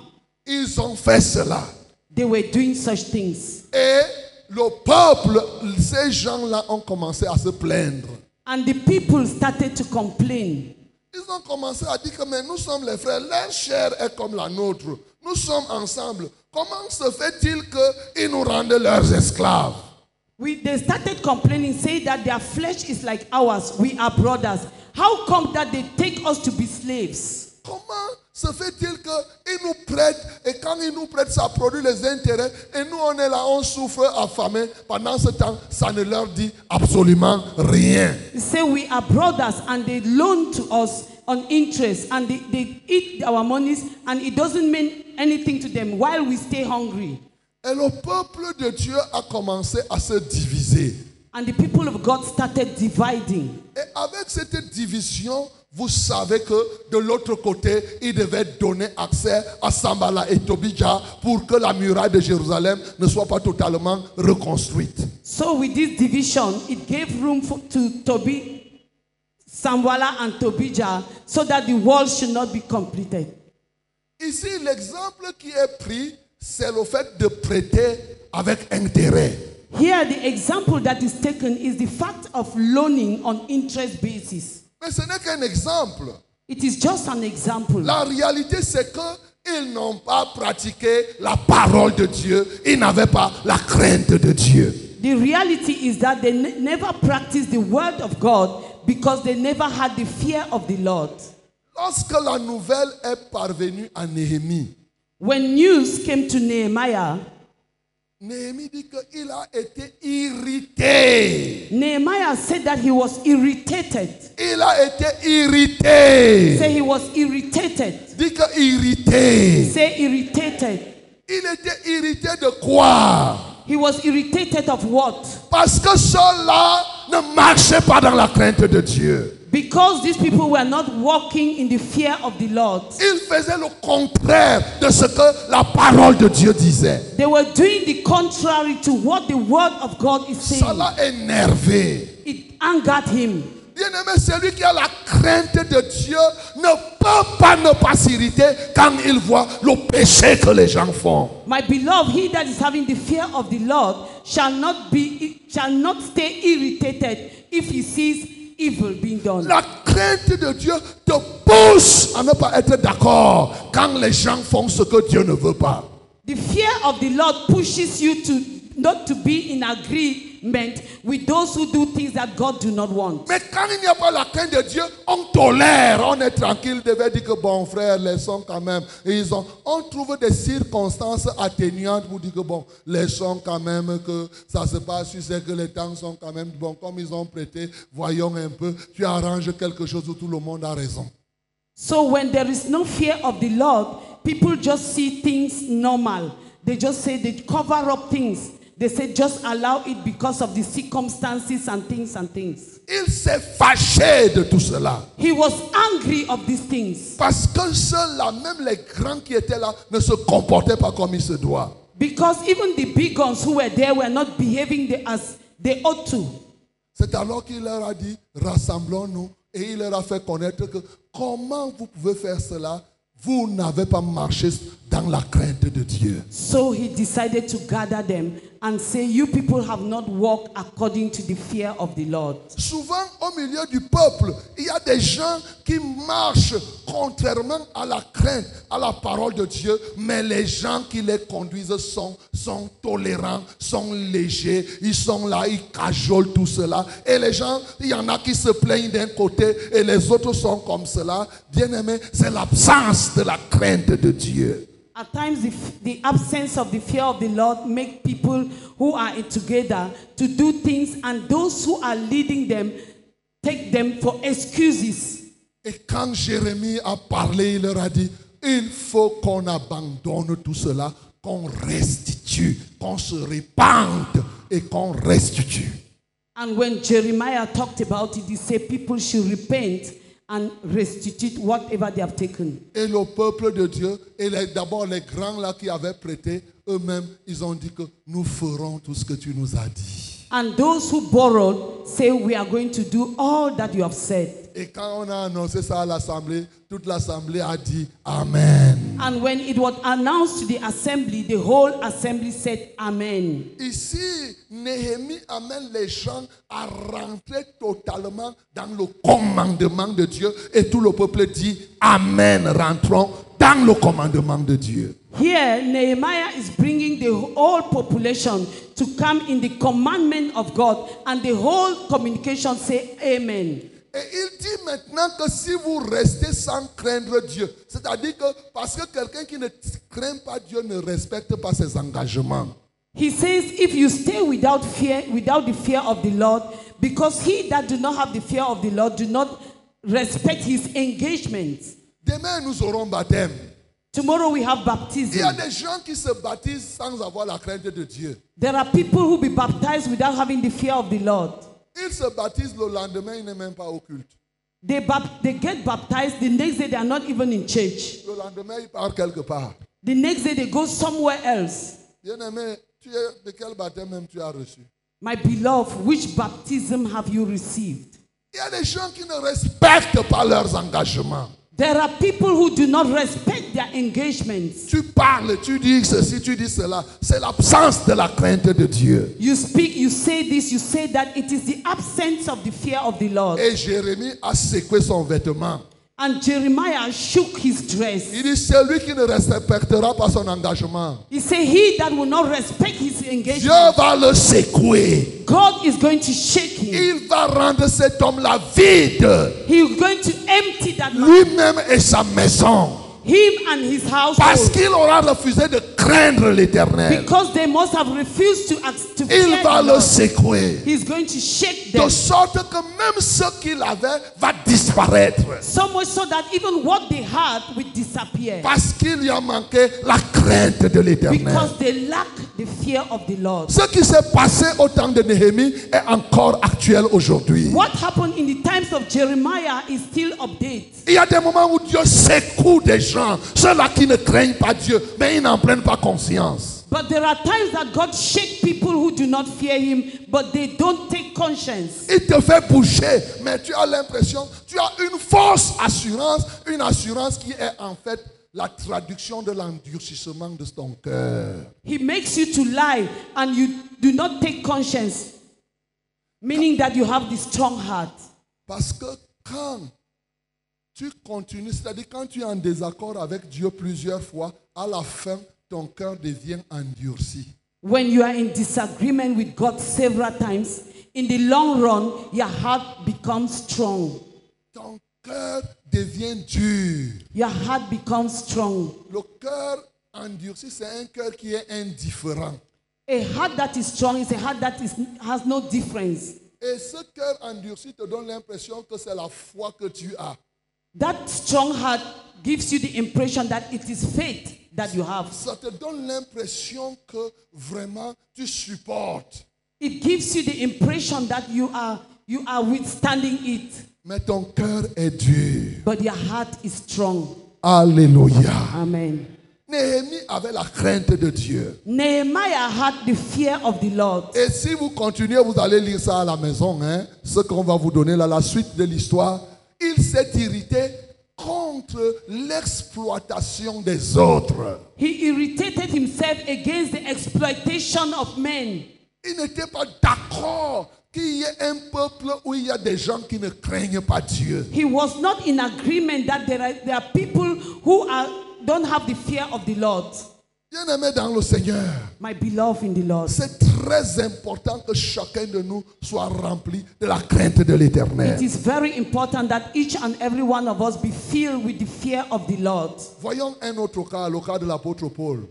Speaker 1: Ils ont fait cela.
Speaker 2: They were doing such things.
Speaker 1: Et le peuple, ces gens-là ont commencé à se plaindre.
Speaker 2: And the people started to complain.
Speaker 1: Ils ont commencé à dire que mais nous sommes les frères, leur chair est comme la nôtre. Nous sommes ensemble. Comment se fait-il qu'ils nous rendent leurs esclaves
Speaker 2: We, they started complaining, saying that their flesh is like ours. We are brothers. How come that they take us to be slaves?
Speaker 1: Comment se fait-il qu'ils nous prêtent et quand ils nous prêtent, ça produit les intérêts et nous on est là, on souffre affamé. Pendant ce temps, ça ne leur dit absolument rien.
Speaker 2: They say we are brothers and they loan to us on interest and they, they eat our monies and it doesn't mean anything to them while we stay hungry.
Speaker 1: Et le peuple de Dieu a commencé à se diviser.
Speaker 2: And the people of God started dividing.
Speaker 1: Et avec cette division, vous savez que de l'autre côté, il devait donner accès à Sambala et Tobija pour que la muraille de Jérusalem ne soit pas totalement reconstruite.
Speaker 2: So with this division, it gave room for, to Toby, Samwala and Tobijah so that the wall should not be completed.
Speaker 1: Ici, l'exemple qui est pris, c'est le fait de prêter avec intérêt.
Speaker 2: Here, the example that is taken is the fact of loaning on interest basis.
Speaker 1: Mais ce n'est qu'un exemple.
Speaker 2: It is just an example.
Speaker 1: La réalité, c'est que ils n'ont pas pratiqué la parole de Dieu. Ils n'avaient pas la crainte de Dieu.
Speaker 2: The reality is that they ne- never practiced the word of God because they never had the fear of the Lord.
Speaker 1: Lorsque la nouvelle est parvenue à Néhémie,
Speaker 2: When news came to Nehemiah,
Speaker 1: Néhémie dit qu'il a été irrité.
Speaker 2: Nehemiah said that he was irritated.
Speaker 1: Il a été irrité.
Speaker 2: Say he was irritated.
Speaker 1: Dit que irrité.
Speaker 2: Say irritated.
Speaker 1: Il était irrité de quoi
Speaker 2: He was irritated of what?
Speaker 1: Parce que cela ne marchait pas dans la crainte de Dieu.
Speaker 2: Because these people were not walking in the fear of the Lord.
Speaker 1: Ils faisaient le contraire de ce que la parole de Dieu disait.
Speaker 2: They were doing the contrary to what the word of God is
Speaker 1: Ça
Speaker 2: saying.
Speaker 1: l'a énervé.
Speaker 2: It angered him.
Speaker 1: Bien-aimé, celui qui a la crainte de Dieu ne peut pas ne pas s'irriter quand il voit le péché que les gens font.
Speaker 2: My beloved, he that is having the fear of the Lord shall not be shall not stay irritated if he sees evil being done.
Speaker 1: La crainte de Dieu te pousse à ne pas être d'accord quand les gens font ce que Dieu ne veut pas.
Speaker 2: The fear of the Lord pushes you to not to be in agreement with those who do things that God do not want.
Speaker 1: Mais quand il n'y a pas la crainte de Dieu, on tolère, on est tranquille. Devait dire que bon frère, laissons quand même. Et ils ont, on trouve des circonstances atténuantes pour dire que bon, laissons quand même que ça se passe. Tu sais que les temps sont quand même bon. Comme ils ont prêté, voyons un peu. Tu arranges quelque chose où tout le monde a raison.
Speaker 2: So when there is no fear of the Lord, people just see things normal. They just say they cover up things. They say just allow it because of the circumstances and things and things.
Speaker 1: Il s'est fâché de tout cela.
Speaker 2: He was angry of these things
Speaker 1: Parce que ceux-là, même les grands qui étaient là, ne se comportaient pas comme il se doit.
Speaker 2: because even the big ones who were there were not behaving the, as they ought to.
Speaker 1: C'est alors qu'il leur a dit, rassemblons-nous. Et il leur a fait connaître que comment vous pouvez faire cela Vous n'avez pas marché dans la crainte de Dieu.
Speaker 2: So he decided to gather them and say, You people have not walked according to the fear of the Lord.
Speaker 1: Souvent, au milieu du peuple, il y a des gens qui marchent contrairement à la crainte, à la parole de Dieu, mais les gens qui les conduisent sont, sont tolérants, sont légers, ils sont là, ils cajolent tout cela. Et les gens, il y en a qui se plaignent d'un côté et les autres sont comme cela. Bien aimé, c'est l'absence de la crainte de Dieu.
Speaker 2: At times, the, f- the absence of the fear of the Lord make people who are in together to do things, and those who are leading them take them for excuses.
Speaker 1: Et quand Jérémie a parlé, il leur a dit, il faut qu'on abandonne tout cela, qu'on restitue, qu'on se répande et qu'on restitue.
Speaker 2: And when Jeremiah talked about it, he said people should repent and restitute whatever they have taken.
Speaker 1: Et le peuple de Dieu, et les- d'abord les grands là qui avaient prêté, eux-mêmes, ils ont dit que nous ferons tout ce que tu nous as dit.
Speaker 2: And those who borrowed say, We are going to do all that you have said.
Speaker 1: Et quand on a annoncé ça à l'assemblée, toute l'assemblée a dit Amen.
Speaker 2: And when it was announced to the assembly, the whole assembly said, Amen.
Speaker 1: Ici, Néhémie amène les gens à rentrer totalement dans le commandement de Dieu et tout le peuple dit Amen, rentrons dans le commandement de Dieu.
Speaker 2: Here, Nehemiah is bringing the whole population to come in the commandment of God, and the whole communication say, Amen.
Speaker 1: Et il dit maintenant que si vous restez sans craindre Dieu, c'est-à-dire que parce que quelqu'un qui ne craint pas Dieu ne respecte pas ses engagements.
Speaker 2: He says, If you stay without fear, without the fear of the Lord, because he that do not have the fear of the Lord do not respect his engagements.
Speaker 1: Demain, nous aurons baptême.
Speaker 2: Tomorrow we have
Speaker 1: Il y a
Speaker 2: baptism.
Speaker 1: des gens qui se baptisent sans avoir la crainte de Dieu.
Speaker 2: There are people who be baptized without having the fear of the Lord.
Speaker 1: Ils se baptisent le lendemain, ils n'est même pas au culte.
Speaker 2: They, bap- they get baptized. The next day, they are not even in church.
Speaker 1: Le lendemain, il part quelque part.
Speaker 2: The next day, they go somewhere else.
Speaker 1: Bien-aimé, tu es, de quel baptême même tu as reçu
Speaker 2: My beloved, which baptism have you received?
Speaker 1: Il y a des gens qui ne respectent pas leurs engagements.
Speaker 2: There are people who do not respect their engagements.
Speaker 1: Tu parles, tu dis ceci, tu dis cela. C'est l'absence de la crainte de Dieu.
Speaker 2: You speak, you say this, you say that. It is the absence of the fear of the Lord.
Speaker 1: Et Jérémie a secoué son vêtement.
Speaker 2: And Jeremiah shook his dress.
Speaker 1: Il dit, celui qui ne respectera pas son engagement,
Speaker 2: He said, He that will not respect his
Speaker 1: Dieu
Speaker 2: engagement,
Speaker 1: va le secouer.
Speaker 2: God is going to shake him.
Speaker 1: Il va rendre cet homme la vide,
Speaker 2: He is going to empty that man,
Speaker 1: lui-même et sa maison,
Speaker 2: him and his household.
Speaker 1: parce qu'il aura refusé de craindre l'éternel.
Speaker 2: Because they must have refused to act to fear
Speaker 1: Il va
Speaker 2: the
Speaker 1: le
Speaker 2: Lord.
Speaker 1: secouer.
Speaker 2: He's going to shake
Speaker 1: De
Speaker 2: them
Speaker 1: sorte que même ce qu'il avait va disparaître.
Speaker 2: so much so that even what they had will disappear
Speaker 1: Parce qu'il lui a manqué la crainte de l'éternel.
Speaker 2: because they lack the fear of the Lord.
Speaker 1: Ce qui s'est passé au temps de Néhémie est encore actuel aujourd'hui.
Speaker 2: What happened in the times of Jeremiah is still update.
Speaker 1: Il y a des moments où Dieu secoue des gens, ceux-là qui ne craignent pas Dieu, mais ils n'en prennent pas conscience.
Speaker 2: But there are times that God shake people who do not fear him, but they don't take conscience.
Speaker 1: Il te fait bouger, mais tu as l'impression, tu as une fausse assurance, une assurance qui est en fait la traduction de l'endurcissement de ton cœur.
Speaker 2: He makes you to lie and you do not take conscience, meaning that you have this strong heart.
Speaker 1: Parce que quand tu continues, c'est-à-dire quand tu es en désaccord avec Dieu plusieurs fois, à la fin, ton cœur devient endurci.
Speaker 2: When you are in disagreement with God several times, in the long run, your heart becomes strong.
Speaker 1: Ton cœur devient dur.
Speaker 2: Your heart becomes strong.
Speaker 1: Le cœur endurci, c'est un cœur qui est indifférent.
Speaker 2: A heart that is strong is a heart that is, has no difference.
Speaker 1: Et ce cœur endurci te donne l'impression que c'est la foi que tu as.
Speaker 2: That strong heart gives you the impression that it is faith that you have.
Speaker 1: Ça te donne l'impression que vraiment tu supportes.
Speaker 2: It gives you the impression that you are you are withstanding it,
Speaker 1: Mais ton cœur est dur.
Speaker 2: but your heart is strong.
Speaker 1: Alléluia.
Speaker 2: Amen.
Speaker 1: Néhémie avait la crainte de Dieu.
Speaker 2: Nehemiah had the fear of the Lord.
Speaker 1: Et si vous continuez, vous allez lire ça à la maison, hein, ce qu'on va vous donner là, la suite de l'histoire. Il s'est irrité contre l'exploitation des autres.
Speaker 2: He irritated himself against the exploitation of men.
Speaker 1: Il n'était pas d'accord qu'il y ait un peuple où il y a des gens qui ne craignent pas Dieu.
Speaker 2: He was not in agreement that there are, there are people who are, don't have the fear of the Lord.
Speaker 1: Bien-aimé dans le Seigneur,
Speaker 2: My beloved in the Lord.
Speaker 1: c'est très important que chacun de nous soit rempli de la crainte de l'Éternel.
Speaker 2: It is very important that each and every one of us be filled with the fear of the Lord.
Speaker 1: Voyons un autre cas, le cas de l'apôtre Paul.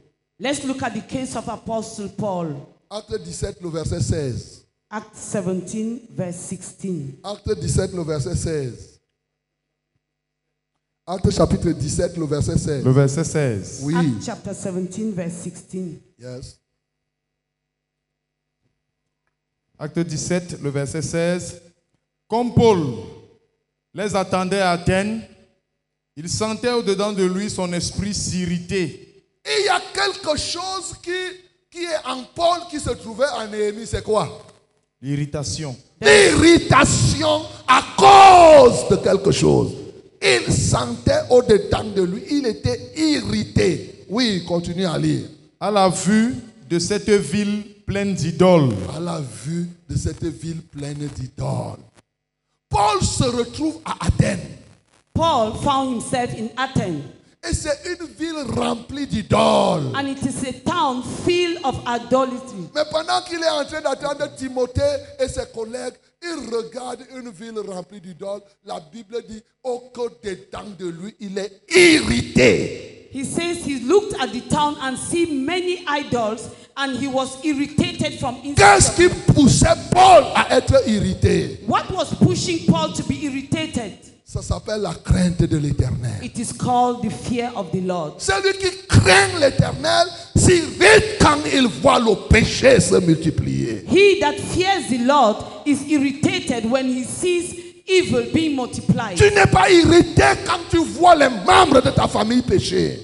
Speaker 2: Let's look at the case of Apostle Paul.
Speaker 1: Acte 17, le verset 16.
Speaker 2: Acts 17, verse 16.
Speaker 1: Acte 17, le verset 16. Acte chapitre 17, le verset 16.
Speaker 3: Le verset 16.
Speaker 1: Oui.
Speaker 2: Acts chapter 17, verse 16.
Speaker 1: Yes.
Speaker 3: Acte 17, le verset 16. Comme Paul les attendait à Athènes, il sentait au-dedans de lui son esprit s'irriter.
Speaker 1: Il y a quelque chose qui, qui est en Paul qui se trouvait en Néhémie. C'est quoi
Speaker 3: L'irritation.
Speaker 1: L'irritation à cause de quelque chose. Il sentait au-dedans de lui. Il était irrité. Oui, continue à lire.
Speaker 3: À la vue de cette ville pleine d'idoles,
Speaker 1: à la vue de cette ville pleine d'idoles. Paul se retrouve à Athènes.
Speaker 2: Paul found himself in Athens,
Speaker 1: Et c'est une ville remplie d'idoles.
Speaker 2: and it is a town filled of idolatry.
Speaker 1: Mais pendant qu'il est en train d'attendre Timothée et ses collègues, il regarde une ville remplie d'idoles. La Bible dit, au cœur des dents de lui, il est irrité.
Speaker 2: He says he looked at the town and see many idols, and he was irritated from
Speaker 1: Qu'est-ce
Speaker 2: inside.
Speaker 1: qui poussait Paul à être irrité
Speaker 2: What was pushing Paul to be irritated?
Speaker 1: Ça s'appelle la crainte de l'éternel.
Speaker 2: It is called the fear of the Lord.
Speaker 1: Celui qui craint l'éternel s'irrite quand il voit le péché se multiplier.
Speaker 2: He that fears the Lord is irritated when he sees evil being multiplied.
Speaker 1: Tu n'es pas irrité quand tu vois les membres de ta famille pécher.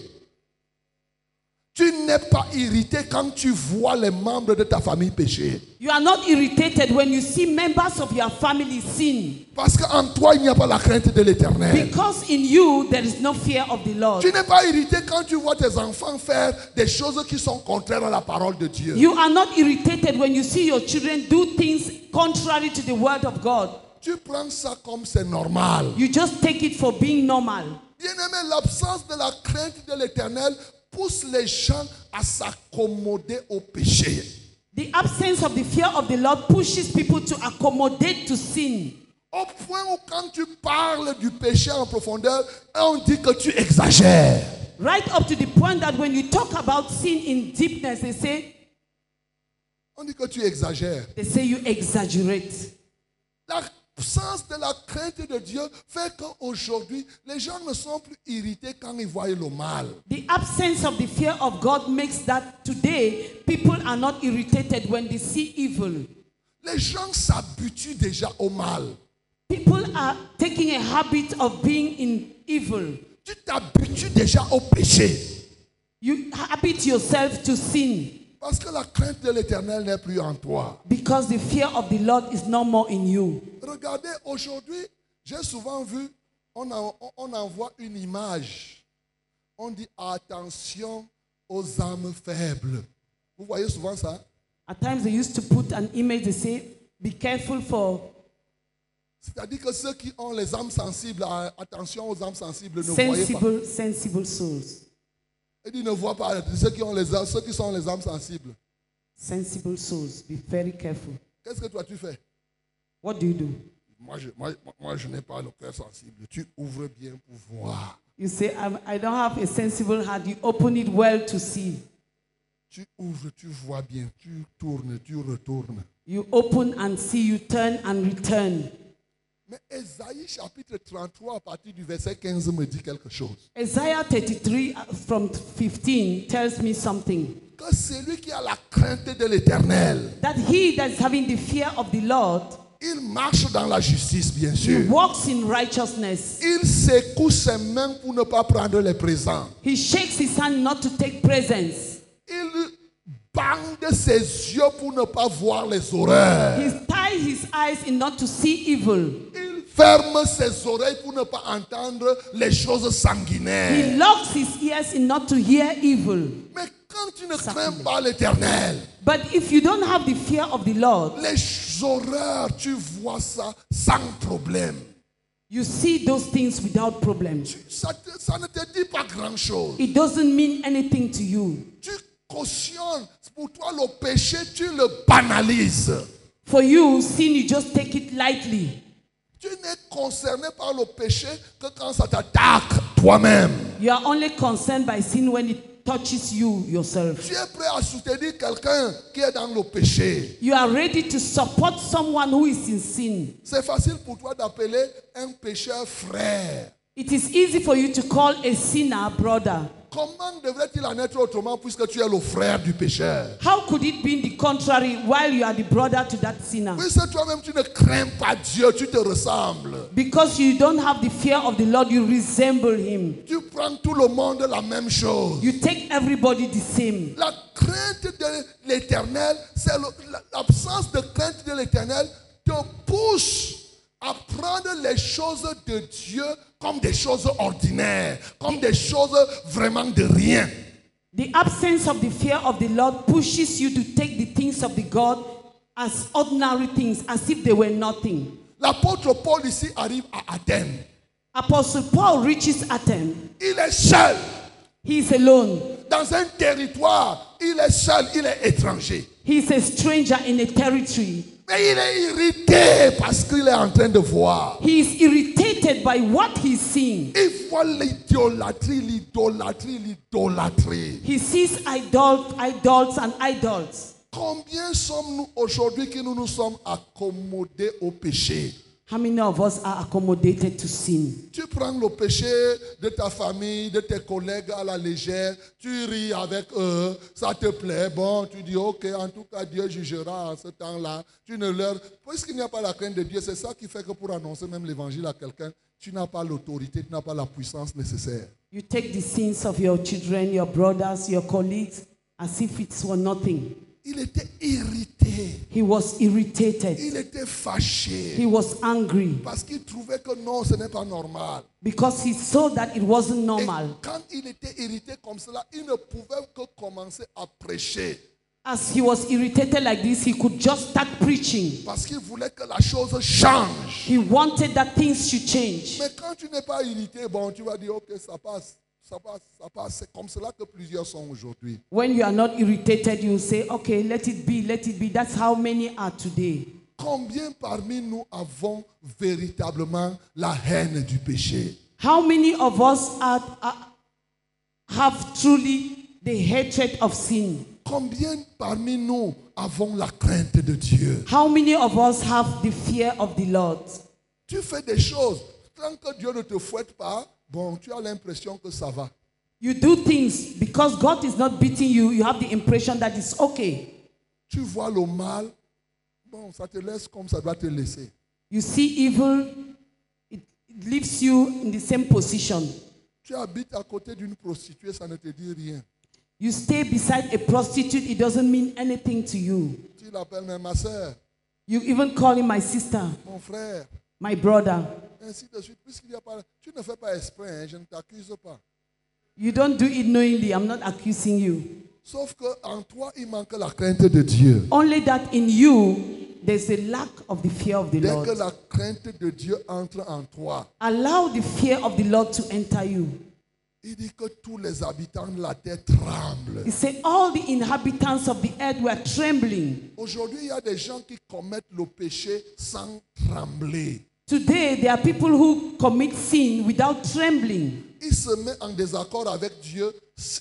Speaker 1: Tu n'es pas irrité quand tu vois les membres de ta famille pécher.
Speaker 2: You are not irritated when you see members of your family sin
Speaker 1: Parce qu'en toi, il n'y a pas la crainte de l'éternel.
Speaker 2: because in you there is no fear of the Lord.
Speaker 1: Tu n'es pas irrité quand tu vois tes enfants faire des choses qui sont contraires à la parole de Dieu.
Speaker 2: You are not irritated when you see your children do things contrary to the word of God.
Speaker 1: Tu prends ça comme c'est normal.
Speaker 2: You just take it for being normal.
Speaker 1: Bien-aimé, l'absence de la crainte de l'éternel pousse les gens à s'accommoder au péché.
Speaker 2: The absence of the fear of the Lord pushes people to accommodate to sin
Speaker 1: Au point où quand tu parles du péché en profondeur, on dit que tu exagères.
Speaker 2: right up to the point that when you talk about sin in deepness they say
Speaker 1: On dit que tu exagères.
Speaker 2: they say you exaggerate.
Speaker 1: La sens de la crainte de Dieu fait qu'aujourd'hui, les gens ne sont plus irrités quand ils voient le mal.
Speaker 2: The absence of the fear of God makes that today people are not irritated when they see evil.
Speaker 1: Les gens s'habituent déjà au mal.
Speaker 2: People are taking a habit of being in evil.
Speaker 1: Tu t'habitues déjà au péché.
Speaker 2: You habit yourself to sin
Speaker 1: Parce que la crainte de l'éternel n'est plus en toi.
Speaker 2: because the fear of the Lord is no more in you.
Speaker 1: Regardez, aujourd'hui, j'ai souvent vu, on, en- on- on envoie une image. On dit attention aux âmes faibles. Vous voyez souvent ça
Speaker 2: At times they used to put an image, they say, be careful for
Speaker 1: C'est-à-dire que ceux qui ont les âmes sensibles, ah, attention aux âmes sensibles, ne voyez pas.
Speaker 2: sensible, sensible souls.
Speaker 1: Il dit ne vois pas ceux qui, ont les, âmes- ceux qui sont les âmes sensibles.
Speaker 2: Sensible souls, be very careful.
Speaker 1: Qu'est-ce que toi tu fais
Speaker 2: What do you do?
Speaker 1: Moi, je, moi, moi, je n'ai pas le cœur sensible. Tu ouvres bien pour voir.
Speaker 2: You say, I'm, I don't have a sensible heart. You open it well to see.
Speaker 1: Tu ouvres, tu vois bien. Tu tournes, tu retournes.
Speaker 2: You open and see, you turn and return.
Speaker 1: Mais Esaïe chapitre 33 à partir du verset 15 me dit quelque chose.
Speaker 2: Isaiah 33 uh, from 15 tells me something
Speaker 1: Que celui qui a la crainte de l'éternel,
Speaker 2: that he that is having the fear of the Lord,
Speaker 1: il marche dans la justice, bien
Speaker 2: he
Speaker 1: sûr.
Speaker 2: walks in righteousness.
Speaker 1: Il secoue ses mains pour ne pas prendre les présents.
Speaker 2: He shakes his hand not to take presents.
Speaker 1: Il bande ses yeux pour ne pas voir les horreurs.
Speaker 2: He ties his eyes in not to see evil.
Speaker 1: Il ferme ses oreilles pour ne pas entendre les choses sanguinaires.
Speaker 2: He locks his ears in not to hear evil.
Speaker 1: Mais quand tu ne crains pas l'éternel,
Speaker 2: But if you don't have the fear of the Lord,
Speaker 1: les horreurs, tu vois ça sans problème.
Speaker 2: you see those things without problems.
Speaker 1: Ça, te- ça ne te dit pas grand-chose.
Speaker 2: It doesn't mean anything to you.
Speaker 1: Tu cautionnes, pour toi le péché, tu le banalises.
Speaker 2: For you, sin, you just take it lightly.
Speaker 1: Tu n'es concerné par le péché que quand ça t'attaque toi-même.
Speaker 2: You are only concerned by sin when it touches you yourself.
Speaker 1: Tu es prêt à soutenir quelqu'un qui est dans le péché.
Speaker 2: You are ready to support someone who is in sin.
Speaker 1: C'est facile pour toi d'appeler un pécheur frère.
Speaker 2: It is easy for you to call a sinner brother.
Speaker 1: Comment devrait-il en être autrement puisque tu es le frère du pécheur
Speaker 2: How could it be in the contrary while you are the brother to that sinner?
Speaker 1: Puisque toi-même tu ne crains pas Dieu, tu te ressembles.
Speaker 2: Because you don't have the fear of the Lord, you resemble him.
Speaker 1: Tu prends tout le monde la même chose.
Speaker 2: You take everybody the same.
Speaker 1: La crainte de l'éternel, c'est le- la- l'absence de crainte de l'éternel te pousse à prendre les choses de Dieu comme des choses ordinaires, comme des choses vraiment de rien.
Speaker 2: The absence of the fear of the Lord pushes you to take the things of the God as ordinary things, as if they were nothing.
Speaker 1: L'apôtre Paul ici arrive à Athènes.
Speaker 2: Apostle Paul reaches Athens.
Speaker 1: Il est seul
Speaker 2: He is alone.
Speaker 1: dans un territoire. Il est seul, il est étranger.
Speaker 2: He is a stranger in a territory.
Speaker 1: Mais il est irrité parce qu'il est en train de voir.
Speaker 2: He is irritated by what he's seeing.
Speaker 1: Il voit l'idolâtrie, l'idolâtrie, l'idolâtrie.
Speaker 2: He sees idols, idols, and idols.
Speaker 1: Combien sommes-nous aujourd'hui que nous nous sommes accommodés au péché
Speaker 2: How many of us are accommodated to sin?
Speaker 1: Tu prends le péché de ta famille, de tes collègues à la légère, tu ris avec eux, ça te plaît, bon, tu dis ok, en tout cas Dieu jugera en ce temps-là. Tu ne leur... Puisqu'il n'y a pas la crainte de Dieu, c'est ça qui fait que pour annoncer même l'évangile à quelqu'un, tu n'as pas l'autorité, tu n'as pas la puissance nécessaire.
Speaker 2: You take the sins of your children, your brothers, your colleagues as if it were nothing.
Speaker 1: Il était irrité,
Speaker 2: He was irritated.
Speaker 1: il était fâché,
Speaker 2: He was angry
Speaker 1: parce qu'il trouvait que non, ce n'est pas normal.
Speaker 2: because he saw that it wasn't
Speaker 1: Et
Speaker 2: normal.
Speaker 1: quand il était irrité comme cela, il ne pouvait que commencer à prêcher.
Speaker 2: As he was irritated like this, he could just start preaching.
Speaker 1: Parce qu'il voulait que la chose change.
Speaker 2: He wanted that things should change.
Speaker 1: Mais quand tu n'es pas irrité, bon, tu vas dire, ok, ça passe, ça passe, ça passe. C'est comme cela que plusieurs sont aujourd'hui.
Speaker 2: When you are not irritated, you say, okay, let it be, let it be. That's how many are today.
Speaker 1: Combien parmi nous avons véritablement la haine du péché
Speaker 2: How many of us are, are- have truly the hatred of sin?
Speaker 1: Combien parmi nous avons la crainte de Dieu
Speaker 2: How many of us have the fear of the Lord?
Speaker 1: Tu fais des choses. Tant que Dieu ne te fouette pas, bon, tu as l'impression que ça va.
Speaker 2: You do things because God is not beating you. You have the impression that it's okay.
Speaker 1: Tu vois le mal, bon, ça te laisse comme ça doit te laisser.
Speaker 2: You see evil, it, it leaves you in the same position.
Speaker 1: Tu habites à côté d'une prostituée, ça ne te dit rien.
Speaker 2: You stay beside a prostitute, it doesn't mean anything to you.
Speaker 1: Tu l'appelles même ma soeur,
Speaker 2: You even call him my sister,
Speaker 1: mon frère,
Speaker 2: my brother.
Speaker 1: ainsi de suite. Puisqu'il n'y a pas, tu ne fais pas exprès, hein, je ne t'accuse pas.
Speaker 2: You don't do it knowingly. I'm not accusing you.
Speaker 1: Sauf que en toi, il manque la crainte de Dieu.
Speaker 2: Only that in you, there's a lack of the fear of the
Speaker 1: Dès que
Speaker 2: Lord.
Speaker 1: la crainte de Dieu entre en toi,
Speaker 2: Allow the fear of the Lord to enter you.
Speaker 1: il dit que tous les habitants de la terre tremblent.
Speaker 2: He said, All the inhabitants of the earth were trembling.
Speaker 1: Aujourd'hui, il y a des gens qui commettent le péché sans trembler.
Speaker 2: Today, there are people who commit sin without trembling.
Speaker 1: Ils se mettent en désaccord avec Dieu.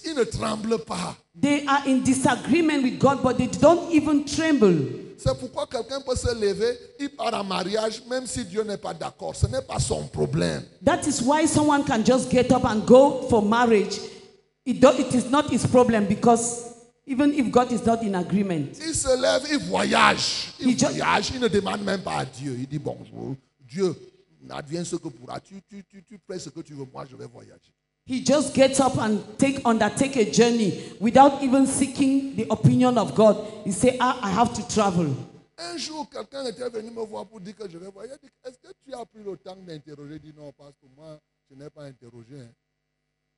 Speaker 1: Ils ne tremblent pas.
Speaker 2: They are in disagreement with God, but they don't even tremble.
Speaker 1: C'est pourquoi quelqu'un peut se lever, il part en mariage, même si Dieu n'est pas d'accord. Ce n'est pas son problème.
Speaker 2: That is why someone can just get up and go for marriage. It, do, it is not his problem because even if God is not in agreement,
Speaker 1: Il se lève, il voyage. Il
Speaker 2: Il ju-
Speaker 1: voyage, il ne demande même pas à Dieu. Il dit bonjour, Dieu, adviens ce que pourras. Tu, tu, tu, tu fais ce que tu veux, moi je vais voyager.
Speaker 2: he just gets up and take undertake a journey without even seeking the opinion of God. He say, ah, I have to travel.
Speaker 1: Un jour, quelqu'un était venu me voir pour dire que je vais voyager. Il dit, Est-ce que tu as pris le temps d'interroger Il dit non, parce que moi, je n'ai pas interrogé. hein.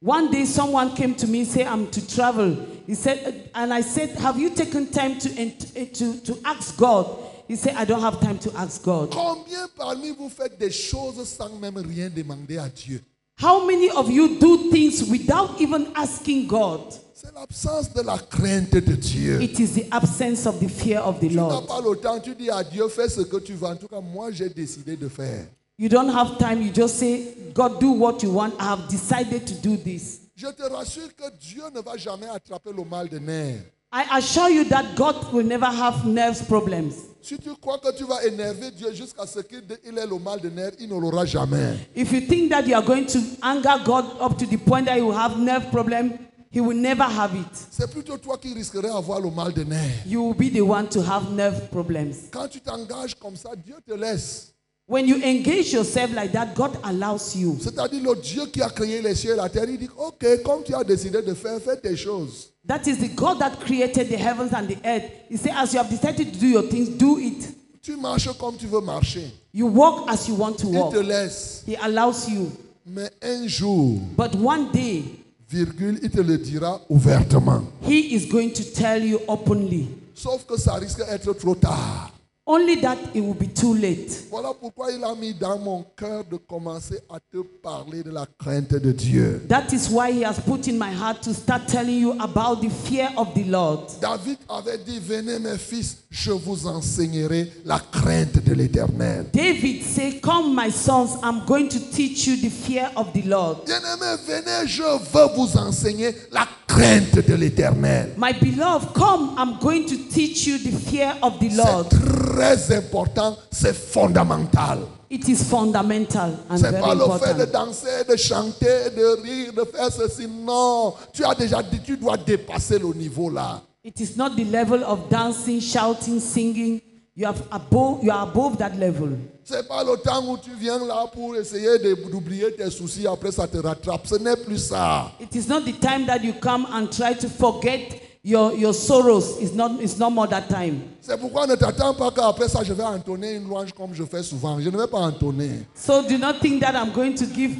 Speaker 2: One day someone came to me and said, I'm to travel. He said, and I said, have you taken time to, ent- eh, to, to ask God? He said, I don't have time to ask God.
Speaker 1: Combien parmi vous faites des choses sans même rien demander à Dieu
Speaker 2: How many of you do things without even asking God?
Speaker 1: C'est l'absence de la crainte de Dieu.
Speaker 2: It is the absence of the fear of the
Speaker 1: Tu n'as
Speaker 2: Lord.
Speaker 1: pas le temps, tu dis à Dieu, fais ce que tu veux. En tout cas, moi, j'ai décidé de faire.
Speaker 2: You don't have time. You just say, God, do what you want. I have decided to do this.
Speaker 1: Je te rassure que Dieu ne va jamais attraper le mal de nerf.
Speaker 2: I assure you that God will never have nerves problems.
Speaker 1: Si tu crois que tu vas énerver Dieu jusqu'à ce qu'il il ait le mal de nerf, il ne l'aura jamais.
Speaker 2: If you think that you are going to anger God up to the point that you will have nerve problem, He will never have it.
Speaker 1: C'est plutôt toi qui risquerais d'avoir le mal de nerf.
Speaker 2: You will be the one to have nerve problems.
Speaker 1: Quand tu t'engages comme ça, Dieu te laisse.
Speaker 2: When you engage yourself like that, God allows you.
Speaker 1: C'est-à-dire le Dieu qui a créé les cieux et la terre, il dit, OK, comme tu as décidé de faire, fais tes choses.
Speaker 2: That is the God that created the heavens and the earth. He said, as you have decided to do your things, do it.
Speaker 1: Tu marches comme tu veux marcher.
Speaker 2: You walk as you want to
Speaker 1: Il
Speaker 2: walk.
Speaker 1: te laisse.
Speaker 2: He allows you.
Speaker 1: Mais un jour,
Speaker 2: But one day,
Speaker 1: virgule, il te le dira ouvertement.
Speaker 2: he is going to tell you openly.
Speaker 1: Sauf que ça risque d'être trop tard.
Speaker 2: Only that it will be too late.
Speaker 1: Voilà pourquoi il a mis dans mon cœur de commencer à te parler de la crainte de Dieu.
Speaker 2: That is why he has put in my heart to start telling you about the fear of the Lord.
Speaker 1: David avait dit, venez mes fils, je vous enseignerai la crainte de l'éternel.
Speaker 2: David said, Come, my sons, I'm going to teach you the fear of the Lord.
Speaker 1: Bien-aimés, venez, je veux vous enseigner la crainte de l'éternel.
Speaker 2: My beloved, come, I'm going to teach you the fear of the Lord.
Speaker 1: C'est très important, c'est fondamental.
Speaker 2: It is fundamental and
Speaker 1: C'est
Speaker 2: very
Speaker 1: pas le fait de
Speaker 2: important.
Speaker 1: danser, de chanter, de rire, de faire ceci. Non, tu as déjà dit, tu dois dépasser le niveau là.
Speaker 2: It is not the level of dancing, shouting, singing. You, have above, you are above that level.
Speaker 1: C'est pas le temps où tu viens là pour essayer de- d'oublier tes soucis, après ça te rattrape. Ce n'est plus ça.
Speaker 2: It is not the time that you come and try to forget your, your sorrows. It's not, it's no more that time.
Speaker 1: C'est pourquoi ne t'attends pas qu'après ça je vais entonner une louange comme je fais souvent. Je ne vais pas entonner.
Speaker 2: So do not think that I'm going to give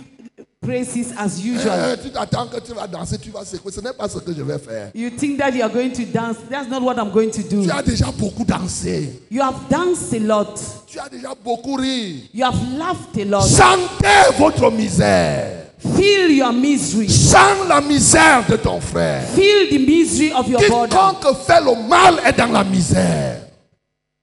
Speaker 2: praises as usual.
Speaker 1: Eh, tu t'attends que tu vas danser, tu vas secouer. Ce n'est pas ce que je vais faire.
Speaker 2: You think that you are going to dance. That's not what I'm going to do.
Speaker 1: Tu as déjà beaucoup dansé.
Speaker 2: You have danced a lot.
Speaker 1: Tu as déjà beaucoup ri.
Speaker 2: You have laughed a lot.
Speaker 1: Sentez votre misère.
Speaker 2: Feel your misery.
Speaker 1: Sens la misère de ton frère.
Speaker 2: Feel the misery of your brother.
Speaker 1: Quiconque fait le mal est dans la misère.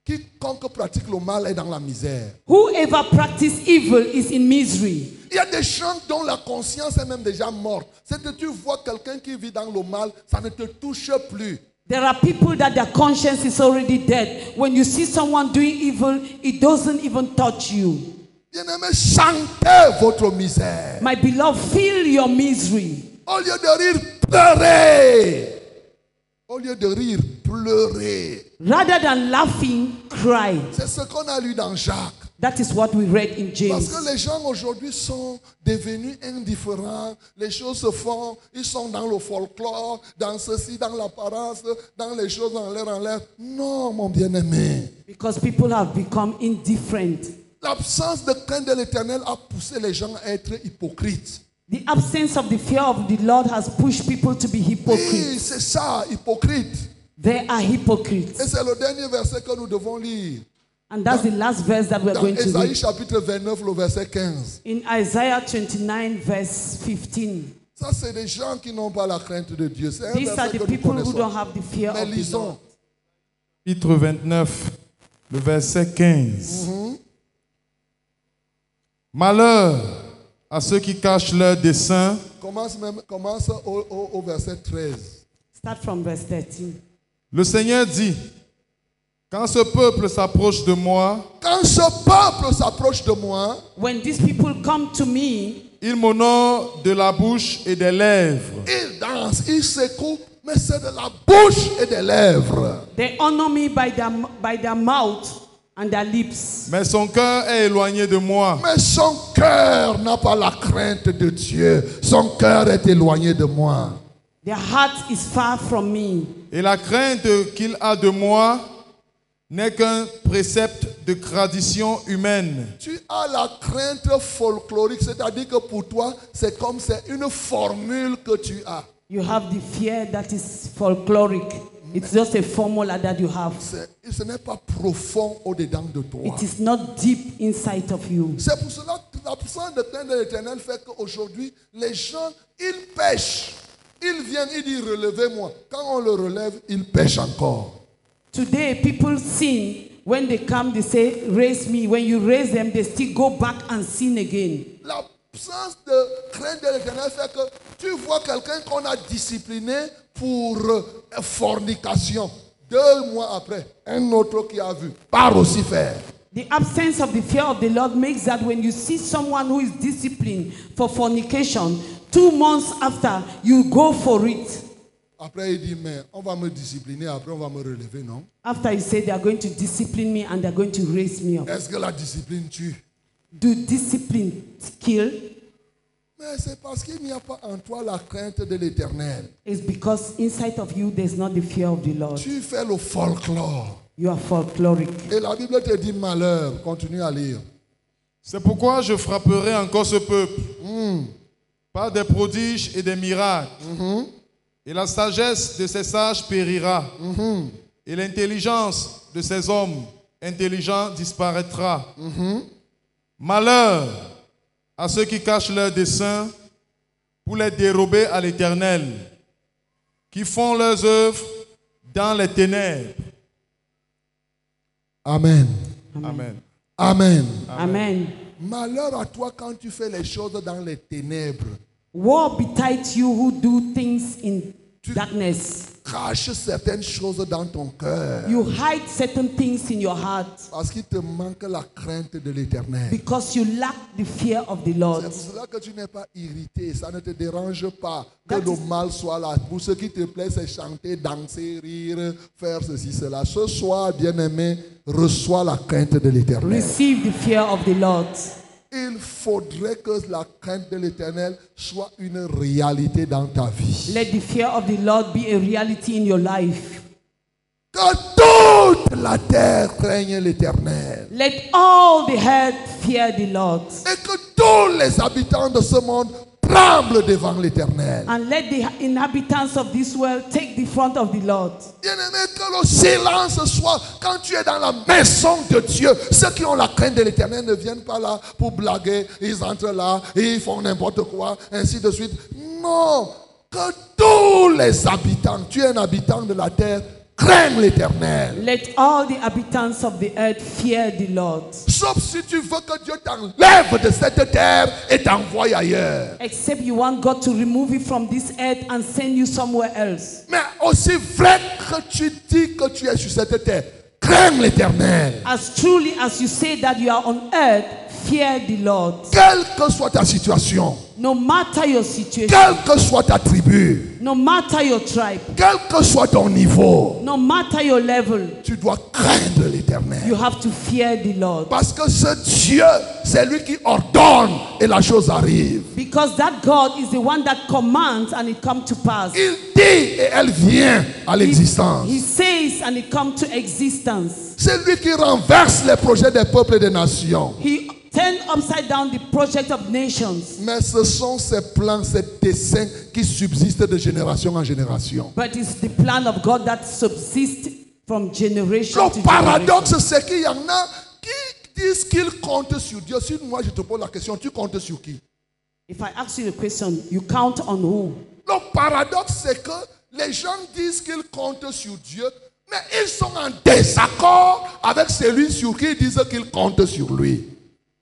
Speaker 1: Quiconque pratique le mal est dans la misère.
Speaker 2: Whoever practices evil is in misery.
Speaker 1: Il y a des gens dont la conscience est même déjà morte. C'est que tu vois quelqu'un qui vit dans le mal, ça ne te touche plus.
Speaker 2: There are people that their conscience is already dead. When you see someone doing evil, it doesn't even touch you.
Speaker 1: Il Bien-aimés, chantez votre misère.
Speaker 2: My beloved, feel your misery.
Speaker 1: Au lieu de rire, pleurez. Au lieu de rire, pleurez.
Speaker 2: Rather than laughing, cry.
Speaker 1: C'est ce qu'on a lu dans Jacques.
Speaker 2: That is what we read in
Speaker 1: Parce
Speaker 2: James.
Speaker 1: que les gens aujourd'hui sont devenus indifférents, les choses se font, ils sont dans le folklore, dans ceci, dans l'apparence, dans les choses en l'air, en l'air. Non, mon bien-aimé.
Speaker 2: Because people have become indifferent.
Speaker 1: L'absence de crainte de l'éternel a poussé les gens à être hypocrites.
Speaker 2: The absence of the fear of the Lord has pushed people to be hypocrites.
Speaker 1: Oui, c'est ça, hypocrite.
Speaker 2: They are
Speaker 1: Et
Speaker 2: hypocrites.
Speaker 1: c'est le dernier verset que nous devons lire.
Speaker 2: And that's the last verse that we're
Speaker 1: Dans
Speaker 2: going to
Speaker 1: Ésaïe
Speaker 2: read.
Speaker 1: chapitre 29, le verset 15.
Speaker 2: In Isaiah 29, verse 15.
Speaker 1: Ça, c'est des gens qui n'ont pas la crainte de Dieu. C'est un
Speaker 2: These are
Speaker 1: verset
Speaker 2: the
Speaker 1: que nous
Speaker 2: people who don't
Speaker 1: connaissons.
Speaker 2: have the fear
Speaker 1: Mais
Speaker 2: of the Lord.
Speaker 1: lisons.
Speaker 3: Chapitre 29, le verset 15. Malheur à ceux qui cachent leurs desseins
Speaker 1: Commence, même, commence au, au- au verset 13.
Speaker 2: Start from verse 13.
Speaker 3: Le Seigneur dit, quand ce peuple s'approche de moi,
Speaker 1: Quand ce peuple s'approche de moi,
Speaker 2: When these people come to me,
Speaker 3: il m'honore de la bouche et des lèvres.
Speaker 1: il danse, il secoue, mais c'est de la bouche et des lèvres.
Speaker 2: they honor me by their, by their mouth and their lips.
Speaker 3: Mais son cœur est éloigné de moi.
Speaker 1: Mais son cœur n'a pas la crainte de Dieu. Son cœur est éloigné de moi.
Speaker 2: Their heart is far from me.
Speaker 3: Et la crainte qu'il a de moi n'est qu'un précepte de tradition humaine.
Speaker 1: Tu as la crainte folklorique, c'est-à-dire que pour toi, c'est comme c'est une formule que tu as.
Speaker 2: You have the fear that is folkloric. It's just a formula that you have.
Speaker 1: C'est- Ce n'est pas profond au-dedans de toi.
Speaker 2: It is not deep inside of you.
Speaker 1: C'est pour cela que l'absence de crainte de l'éternel fait qu'aujourd'hui, les gens, ils pêchent. Ils viennent, ils disent relevez-moi. Quand on le relève, ils pêchent encore.
Speaker 2: Today, people sin. When they come, they say, Raise me. When you raise them, they still go back and sin again.
Speaker 1: L'absence de crainte de l'éternel fait que tu vois quelqu'un qu'on a discipliné pour euh, fornication. Deux mois après, un autre qui a vu part aussi faire.
Speaker 2: The absence of the fear of the Lord makes that when you see someone who is disciplined for fornication, two months after, you go for it.
Speaker 1: Après, il dit, mais on va me discipliner, après on va me relever, non
Speaker 2: After you say they are going to discipline me and they're going to raise me up.
Speaker 1: Est-ce que la discipline tue
Speaker 2: Do discipline kill?
Speaker 1: Mais c'est parce qu'il n'y a pas en toi la crainte de l'éternel.
Speaker 2: It's because inside of you there's not the fear of the Lord.
Speaker 1: Tu fais le folklore.
Speaker 2: You are folkloric.
Speaker 1: Et la Bible te dit malheur. Continue à lire.
Speaker 3: C'est pourquoi je frapperai encore ce peuple par des prodiges et des miracles. Et la sagesse de ces sages périra. Et l'intelligence de ces hommes intelligents disparaîtra. Malheur à ceux qui cachent leurs desseins pour les dérober à l'Éternel, qui font leurs œuvres dans les ténèbres.
Speaker 1: Amen.
Speaker 3: Amen.
Speaker 1: Amen.
Speaker 2: Amen.
Speaker 1: Malheur à toi quand tu fais les choses dans les ténèbres.
Speaker 2: War betide you who do things in darkness.
Speaker 1: Cache certaines choses dans ton cœur.
Speaker 2: You hide certain things in your heart
Speaker 1: Parce qu'il te manque la crainte de l'éternel.
Speaker 2: because you lack the fear of the
Speaker 1: C'est
Speaker 2: Lord.
Speaker 1: pour cela que tu n'es pas irrité. Ça ne te dérange pas que
Speaker 2: That
Speaker 1: le
Speaker 2: is-
Speaker 1: mal soit là. Pour ce qui te plaît, c'est chanter, danser, rire, faire ceci, cela. Ce soir, bien-aimé, reçois la crainte de l'éternel.
Speaker 2: Receive the fear of the Lord.
Speaker 1: Il faudrait que la crainte de l'éternel soit une réalité dans ta vie.
Speaker 2: Let the fear of the Lord be a reality in your life.
Speaker 1: Que toute la terre craigne l'éternel.
Speaker 2: Let all the earth fear the Lord.
Speaker 1: Et que tous les habitants de ce monde tremblent devant l'éternel.
Speaker 2: And let the inhabitants of this world take the front of the Lord.
Speaker 1: Bien-aimé, que le silence soit quand tu es dans la maison de Dieu. Ceux qui ont la crainte de l'éternel ne viennent pas là pour blaguer. Ils entrent là et ils font n'importe quoi, ainsi de suite. Non, que tous les habitants, tu es un habitant de la terre, craignent l'éternel.
Speaker 2: Let all the inhabitants of the earth fear the Lord,
Speaker 1: Sauf si tu veux que Dieu t'enlève de cette terre et t'envoie ailleurs.
Speaker 2: except you want God to remove you from this earth and send you somewhere else.
Speaker 1: Mais aussi vrai que tu dis que tu es sur cette terre, crains l'éternel.
Speaker 2: As truly as you say that you are on earth, Fear the Lord.
Speaker 1: Quelle que soit ta situation,
Speaker 2: No matter your situation,
Speaker 1: quelle que soit ta tribu,
Speaker 2: no matter your tribe,
Speaker 1: quel que soit ton niveau,
Speaker 2: no matter your level,
Speaker 1: tu dois craindre
Speaker 2: you
Speaker 1: l'éternel.
Speaker 2: have to fear the Lord.
Speaker 1: Parce que ce Dieu, c'est lui qui ordonne et la chose arrive.
Speaker 2: Because that God is the one that commands and it come to pass.
Speaker 1: Il dit et elle vient à
Speaker 2: He,
Speaker 1: l'existence.
Speaker 2: he says and it come to existence.
Speaker 1: C'est lui qui renverse les projets des peuples et des nations.
Speaker 2: He turned upside down the project of nations.
Speaker 1: Mais ce sont ces plans, ces dessins qui subsistent de génération en génération.
Speaker 2: But it's the plan of God that subsists from generation to
Speaker 1: Le
Speaker 2: generation.
Speaker 1: paradoxe, c'est qu'il y en a qui disent qu'ils comptent sur Dieu. Si moi je te pose la question, tu comptes sur qui
Speaker 2: If I ask you a question, you count on who?
Speaker 1: Le paradoxe, c'est que les gens disent qu'ils comptent sur Dieu, mais ils sont en désaccord avec celui sur qui ils disent qu'ils comptent sur lui.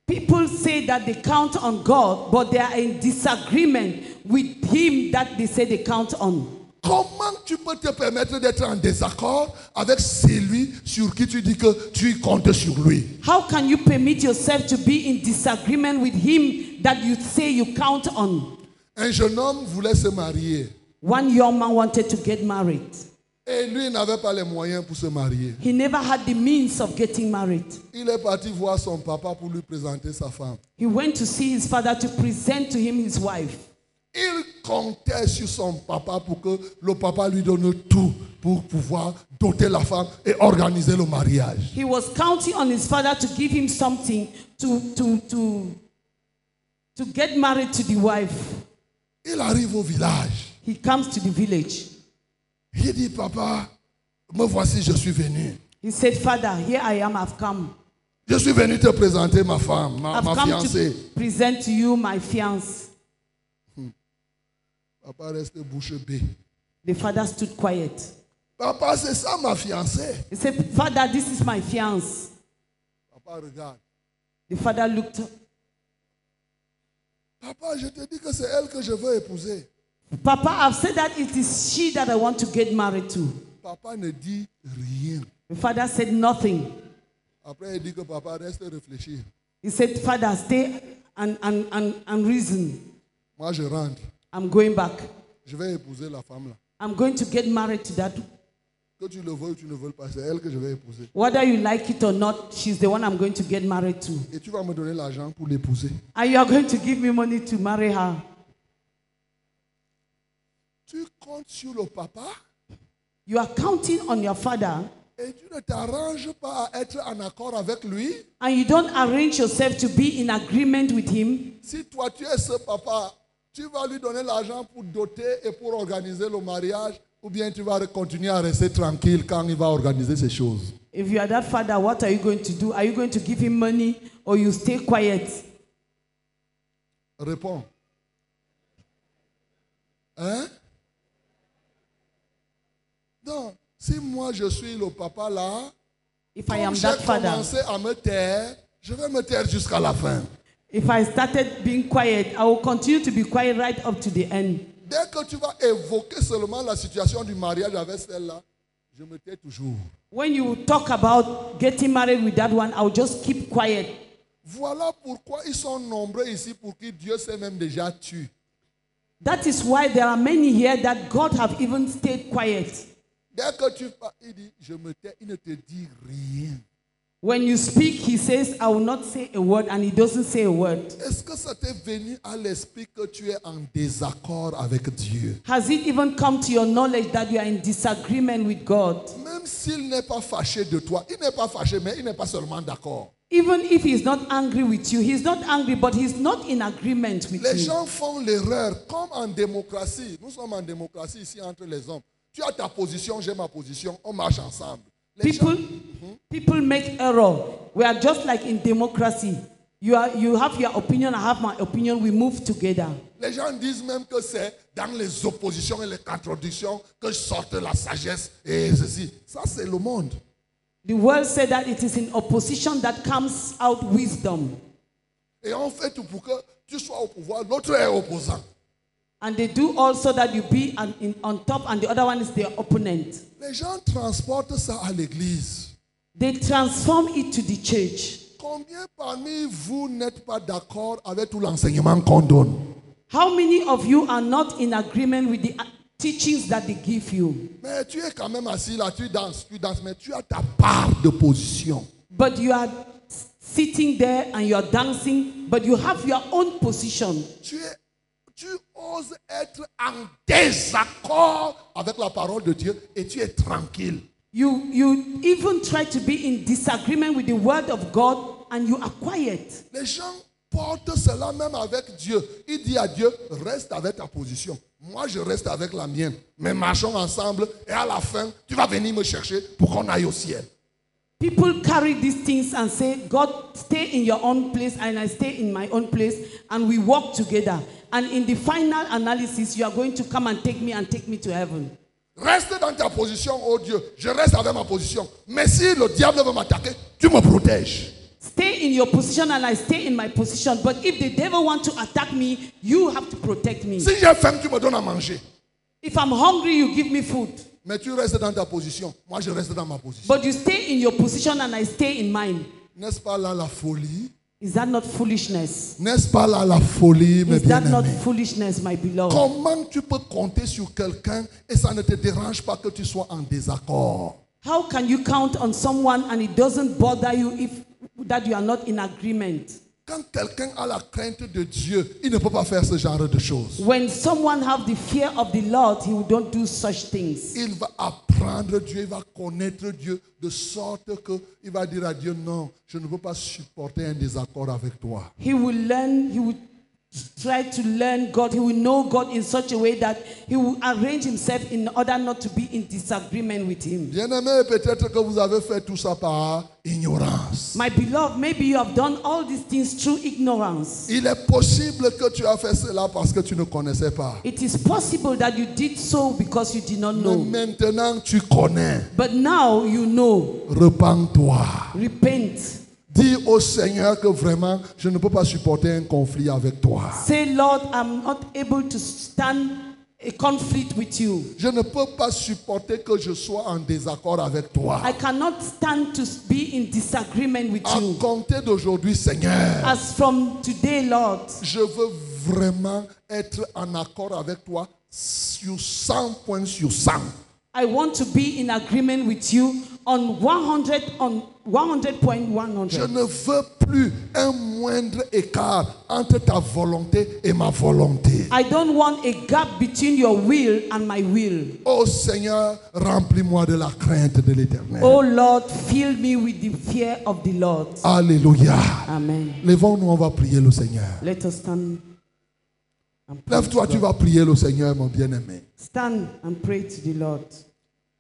Speaker 2: People say that they count on God, but they are in disagreement with Him that they say they count on.
Speaker 1: Comment tu peux te permettre d'être en désaccord avec celui sur qui tu dis que tu comptes sur lui
Speaker 2: How can you permit yourself to be in disagreement with Him that you say you count on?
Speaker 1: Un jeune homme voulait se marier
Speaker 2: One young man wanted to get married.
Speaker 1: et lui n'avait pas les moyens pour se marier.
Speaker 2: He never had the means of getting married.
Speaker 1: Il est parti voir son papa pour lui présenter sa femme.
Speaker 2: He went to see his father to present to him his wife.
Speaker 1: Il comptait sur son papa pour que le papa lui donne tout pour pouvoir doter la femme et organiser le mariage.
Speaker 2: He was counting on his father to give him something to, to, to, to get married to the wife.
Speaker 1: Il arrive au village.
Speaker 2: He comes to the village.
Speaker 1: Il dit, papa, me voici, je suis venu.
Speaker 2: He said, Father, here I am, I've come.
Speaker 1: Je suis venu te présenter ma femme, ma,
Speaker 2: I've
Speaker 1: ma
Speaker 2: come
Speaker 1: fiancée.
Speaker 2: to present to you my fiance.
Speaker 1: Papa reste bouche bée.
Speaker 2: The father stood quiet.
Speaker 1: Papa, c'est ça ma fiancée.
Speaker 2: He said, Father, this is my fiance.
Speaker 1: Papa regarde.
Speaker 2: The father looked,
Speaker 1: Papa, je te dis que c'est elle que je veux épouser.
Speaker 2: Papa, I've said that it is she that I want to get married to.
Speaker 1: Papa ne dit rien.
Speaker 2: The father said nothing.
Speaker 1: Après, il dit que papa reste réfléchir.
Speaker 2: He said, Father, stay and, and, and, and reason.
Speaker 1: Moi, je rentre.
Speaker 2: I'm going back.
Speaker 1: Je vais épouser la femme là.
Speaker 2: I'm going to get married to that.
Speaker 1: Que tu le veux ou tu ne veux pas, c'est elle que je vais épouser.
Speaker 2: Whether you like it or not, she's the one I'm going to get married to.
Speaker 1: Et tu vas me donner l'argent pour l'épouser.
Speaker 2: And you are going to give me money to marry her.
Speaker 1: Tu comptes sur le papa
Speaker 2: You are counting on your father
Speaker 1: et tu ne t'arranges pas à être en accord avec lui.
Speaker 2: and you don't arrange yourself to be in agreement with him.
Speaker 1: Si toi tu es ce papa, tu vas lui donner l'argent pour doter et pour organiser le mariage ou bien tu vas continuer à rester tranquille quand il va organiser ces choses.
Speaker 2: If you are that father, what are you going to do? Are you going to give him money or you stay quiet?
Speaker 1: Réponds. Hein? Non, si moi je suis le papa là,
Speaker 2: If I am
Speaker 1: comme
Speaker 2: that
Speaker 1: j'ai
Speaker 2: father,
Speaker 1: commencé à me taire, je vais me taire jusqu'à la fin.
Speaker 2: if I started being quiet, I will continue to be quiet right up to the end.
Speaker 1: Dès que tu vas évoquer seulement la situation du mariage avec celle-là, je me tais toujours.
Speaker 2: When you talk about getting married with that one, I'll just keep quiet.
Speaker 1: Voilà pourquoi ils sont nombreux ici pour qui Dieu s'est même déjà tué.
Speaker 2: That is why there are many here that God have even stayed quiet.
Speaker 1: Dès que tu parles, il dit, je me tais, il ne te dit rien.
Speaker 2: When you speak, he says, I will not say a word, and he doesn't say a word.
Speaker 1: Est-ce que ça t'est venu à l'esprit que tu es en désaccord avec Dieu
Speaker 2: Has it even come to your knowledge that you are in disagreement with God?
Speaker 1: Même s'il n'est pas fâché de toi, il n'est pas fâché, mais il n'est pas seulement d'accord.
Speaker 2: Even if he's not angry with you, he's not angry, but he's not in agreement with
Speaker 1: Les
Speaker 2: you.
Speaker 1: gens font l'erreur, comme en démocratie. Nous sommes en démocratie ici entre les hommes. Tu as ta position, j'ai ma position, on marche ensemble. Les gens-
Speaker 2: people, people make error. We are just like in democracy. You, are, you have your opinion, I have my opinion, we move together.
Speaker 1: Les gens disent même que c'est dans les oppositions et les contradictions que sortent la sagesse et ceci. Ça, c'est le monde.
Speaker 2: The world said that it is in opposition that comes out wisdom.
Speaker 1: Et on fait tout pour que tu sois au pouvoir, l'autre est opposant.
Speaker 2: And they do also that you be an, in, on top and the other one is their opponent.
Speaker 1: Les gens transportent ça à l'église.
Speaker 2: They transform it to the church.
Speaker 1: Combien parmi vous n'êtes pas d'accord avec tout l'enseignement qu'on donne
Speaker 2: How many of you are not in agreement with the uh, teachings that they give you?
Speaker 1: Mais tu es quand même assis là, tu danses, tu danses, mais tu as ta part de position.
Speaker 2: But you are s- sitting there and you are dancing, but you have your own position.
Speaker 1: Tu, es, tu oses être en désaccord avec la parole de Dieu et tu es tranquille.
Speaker 2: You, you even try to be in disagreement with the word of God and you are quiet.
Speaker 1: Les gens portent cela même avec Dieu. Il dit à Dieu, reste avec ta position. Moi, je reste avec la mienne. Mais marchons ensemble et à la fin, tu vas venir me chercher pour qu'on aille au ciel.
Speaker 2: People carry these things and say, God, stay in your own place and I stay in my own place and we walk together. And in the final analysis, you are going to come and take me and take me to heaven.
Speaker 1: Reste dans ta position, oh Dieu. Je reste avec ma position. Mais si le diable veut m'attaquer, tu me protèges.
Speaker 2: Stay in your position and I stay in my position. But if the devil wants to attack me, you have to protect me.
Speaker 1: Si j'ai faim, tu me donnes à manger.
Speaker 2: If I'm hungry, you give me food.
Speaker 1: Mais tu restes dans ta position. Moi, je reste dans ma position.
Speaker 2: But you stay in your position and I stay in mine.
Speaker 1: N'est-ce pas là la folie
Speaker 2: Is that not foolishness?
Speaker 1: N'est-ce pas là la folie, mes
Speaker 2: Is that not
Speaker 1: bien-aimés
Speaker 2: foolishness, my beloved?
Speaker 1: Comment tu peux compter sur quelqu'un et ça ne te dérange pas que tu sois en désaccord
Speaker 2: How can you count on someone and it doesn't bother you if that you are not in agreement?
Speaker 1: Quand quelqu'un a la crainte de Dieu, il ne peut pas faire ce genre de choses.
Speaker 2: When someone have the fear of the Lord, he will not do such things.
Speaker 1: Il va apprendre Dieu, il va connaître Dieu de sorte que il va dire à Dieu non, je ne peux pas supporter un désaccord avec toi.
Speaker 2: He will learn, he will try to learn God. He will know God in such a way that he will arrange himself in order not to be in disagreement with him.
Speaker 1: Bien-aimé, peut-être que vous avez fait tout ça par ignorance.
Speaker 2: My beloved, maybe you have done all these things through ignorance.
Speaker 1: Il est possible que tu as fait cela parce que tu ne connaissais pas.
Speaker 2: It is possible that you did so because you did not
Speaker 1: Mais
Speaker 2: know.
Speaker 1: maintenant tu connais.
Speaker 2: But now you know.
Speaker 1: Repends-toi.
Speaker 2: Repent.
Speaker 1: Dis au Seigneur que vraiment, je ne peux pas supporter un conflit avec toi.
Speaker 2: Say, Lord, I'm not able to stand a conflict with you.
Speaker 1: Je ne peux pas supporter que je sois en désaccord avec toi.
Speaker 2: I cannot stand to be in disagreement with
Speaker 1: À
Speaker 2: you.
Speaker 1: compter d'aujourd'hui, Seigneur,
Speaker 2: As from today, Lord,
Speaker 1: je veux vraiment être en accord avec toi sur 100 points sur 100.
Speaker 2: I want to be in agreement with you on 100 on 100.100.
Speaker 1: Je ne veux plus un moindre écart entre ta volonté et ma volonté.
Speaker 2: I don't want a gap between your will and my will.
Speaker 1: Ô Oh Seigneur, remplis-moi de la crainte de l'éternel.
Speaker 2: Oh Lord, fill me with the fear of the Lord.
Speaker 1: Alléluia.
Speaker 2: Amen.
Speaker 1: Levons-nous, on va prier le Seigneur.
Speaker 2: Let us stand. and pray
Speaker 1: Lève-toi,
Speaker 2: to
Speaker 1: tu
Speaker 2: God.
Speaker 1: vas prier le Seigneur, mon bien-aimé.
Speaker 2: Stand and pray to the Lord.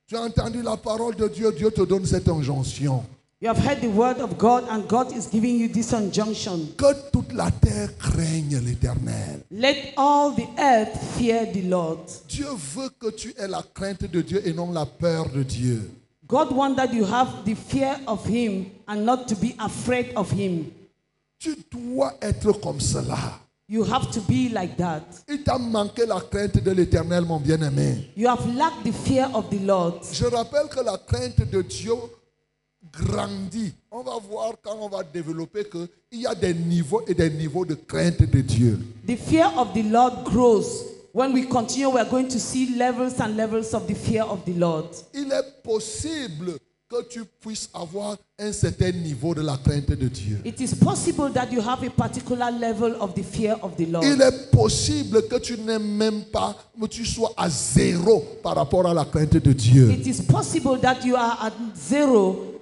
Speaker 1: Tu as entendu la parole de Dieu, Dieu te donne cette injonction.
Speaker 2: You have heard the word of God, and God is giving you this injunction.
Speaker 1: Que toute la terre craigne l'éternel.
Speaker 2: Let all the earth fear the Lord.
Speaker 1: Dieu veut que tu aies la crainte de Dieu et non la peur de Dieu.
Speaker 2: God wants that you have the fear of Him and not to be afraid of Him.
Speaker 1: Tu dois être comme cela.
Speaker 2: You have to be like that.
Speaker 1: Il t'a manqué la crainte de l'éternel, mon bien-aimé.
Speaker 2: You have lacked the fear of the Lord.
Speaker 1: Je rappelle que la crainte de Dieu grandit. On va voir quand on va développer qu'il y a des niveaux et des niveaux de crainte de Dieu.
Speaker 2: The fear of the Lord grows. When we continue, we are going to see levels and levels of the fear of the Lord.
Speaker 1: il est possible que tu puisses avoir un certain niveau de la crainte de Dieu.
Speaker 2: It is possible that you have a particular level of the fear of the Lord.
Speaker 1: Il est possible que tu n'aies même pas, que tu sois à zéro par rapport à la crainte de Dieu.
Speaker 2: It is possible that you are at zero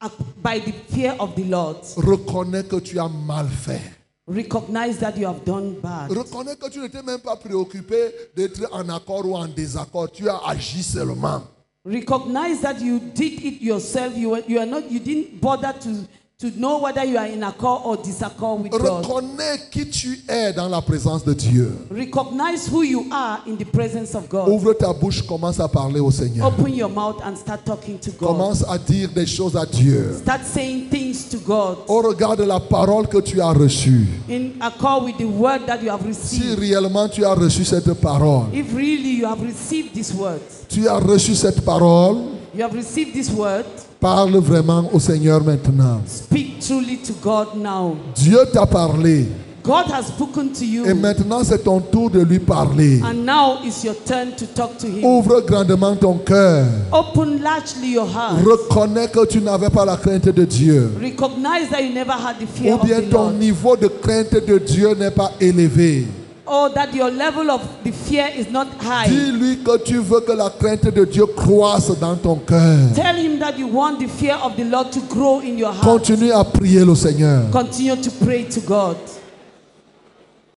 Speaker 2: uh, by the fear of the Lord.
Speaker 1: Reconnais que tu as mal fait.
Speaker 2: Recognize that you have done bad.
Speaker 1: Reconnais que tu n'étais même pas préoccupé d'être en accord ou en désaccord. Tu as agi seulement.
Speaker 2: Recognize that you did it yourself. You were, you are not. You didn't bother to to know whether you are in accord or disaccord with God.
Speaker 1: Reconnais qui tu es dans la présence de Dieu.
Speaker 2: Recognize who you are in the presence of God.
Speaker 1: Ouvre ta bouche, commence à parler au Seigneur.
Speaker 2: Open your mouth and start talking to Oh, God.
Speaker 1: Commence à dire des choses à Dieu.
Speaker 2: Start saying things to God
Speaker 1: Au regard de la parole que tu as reçue,
Speaker 2: in accord with the word that you have
Speaker 1: si
Speaker 2: received.
Speaker 1: réellement tu as reçu cette parole,
Speaker 2: If really you have received this word,
Speaker 1: tu as reçu cette parole,
Speaker 2: You have received this word.
Speaker 1: Parle vraiment au Seigneur maintenant.
Speaker 2: Speak truly to God now.
Speaker 1: Dieu t'a parlé.
Speaker 2: God has spoken to you.
Speaker 1: Et maintenant, c'est ton tour de lui parler.
Speaker 2: And now it's your turn to talk to Him.
Speaker 1: Ouvre grandement ton cœur.
Speaker 2: Open largely your heart.
Speaker 1: Reconnais que tu n'avais pas la crainte de Dieu.
Speaker 2: Recognize that you never had the fear
Speaker 1: Ou
Speaker 2: of the
Speaker 1: bien ton
Speaker 2: Lord.
Speaker 1: niveau de crainte de Dieu n'est pas élevé.
Speaker 2: Or that your level of the fear is not high.
Speaker 1: Dis-lui que tu veux que la crainte de Dieu croisse dans ton cœur.
Speaker 2: Tell Him that you want the fear of the Lord to grow in your heart.
Speaker 1: Continue à prier le Seigneur.
Speaker 2: Continue to pray to God.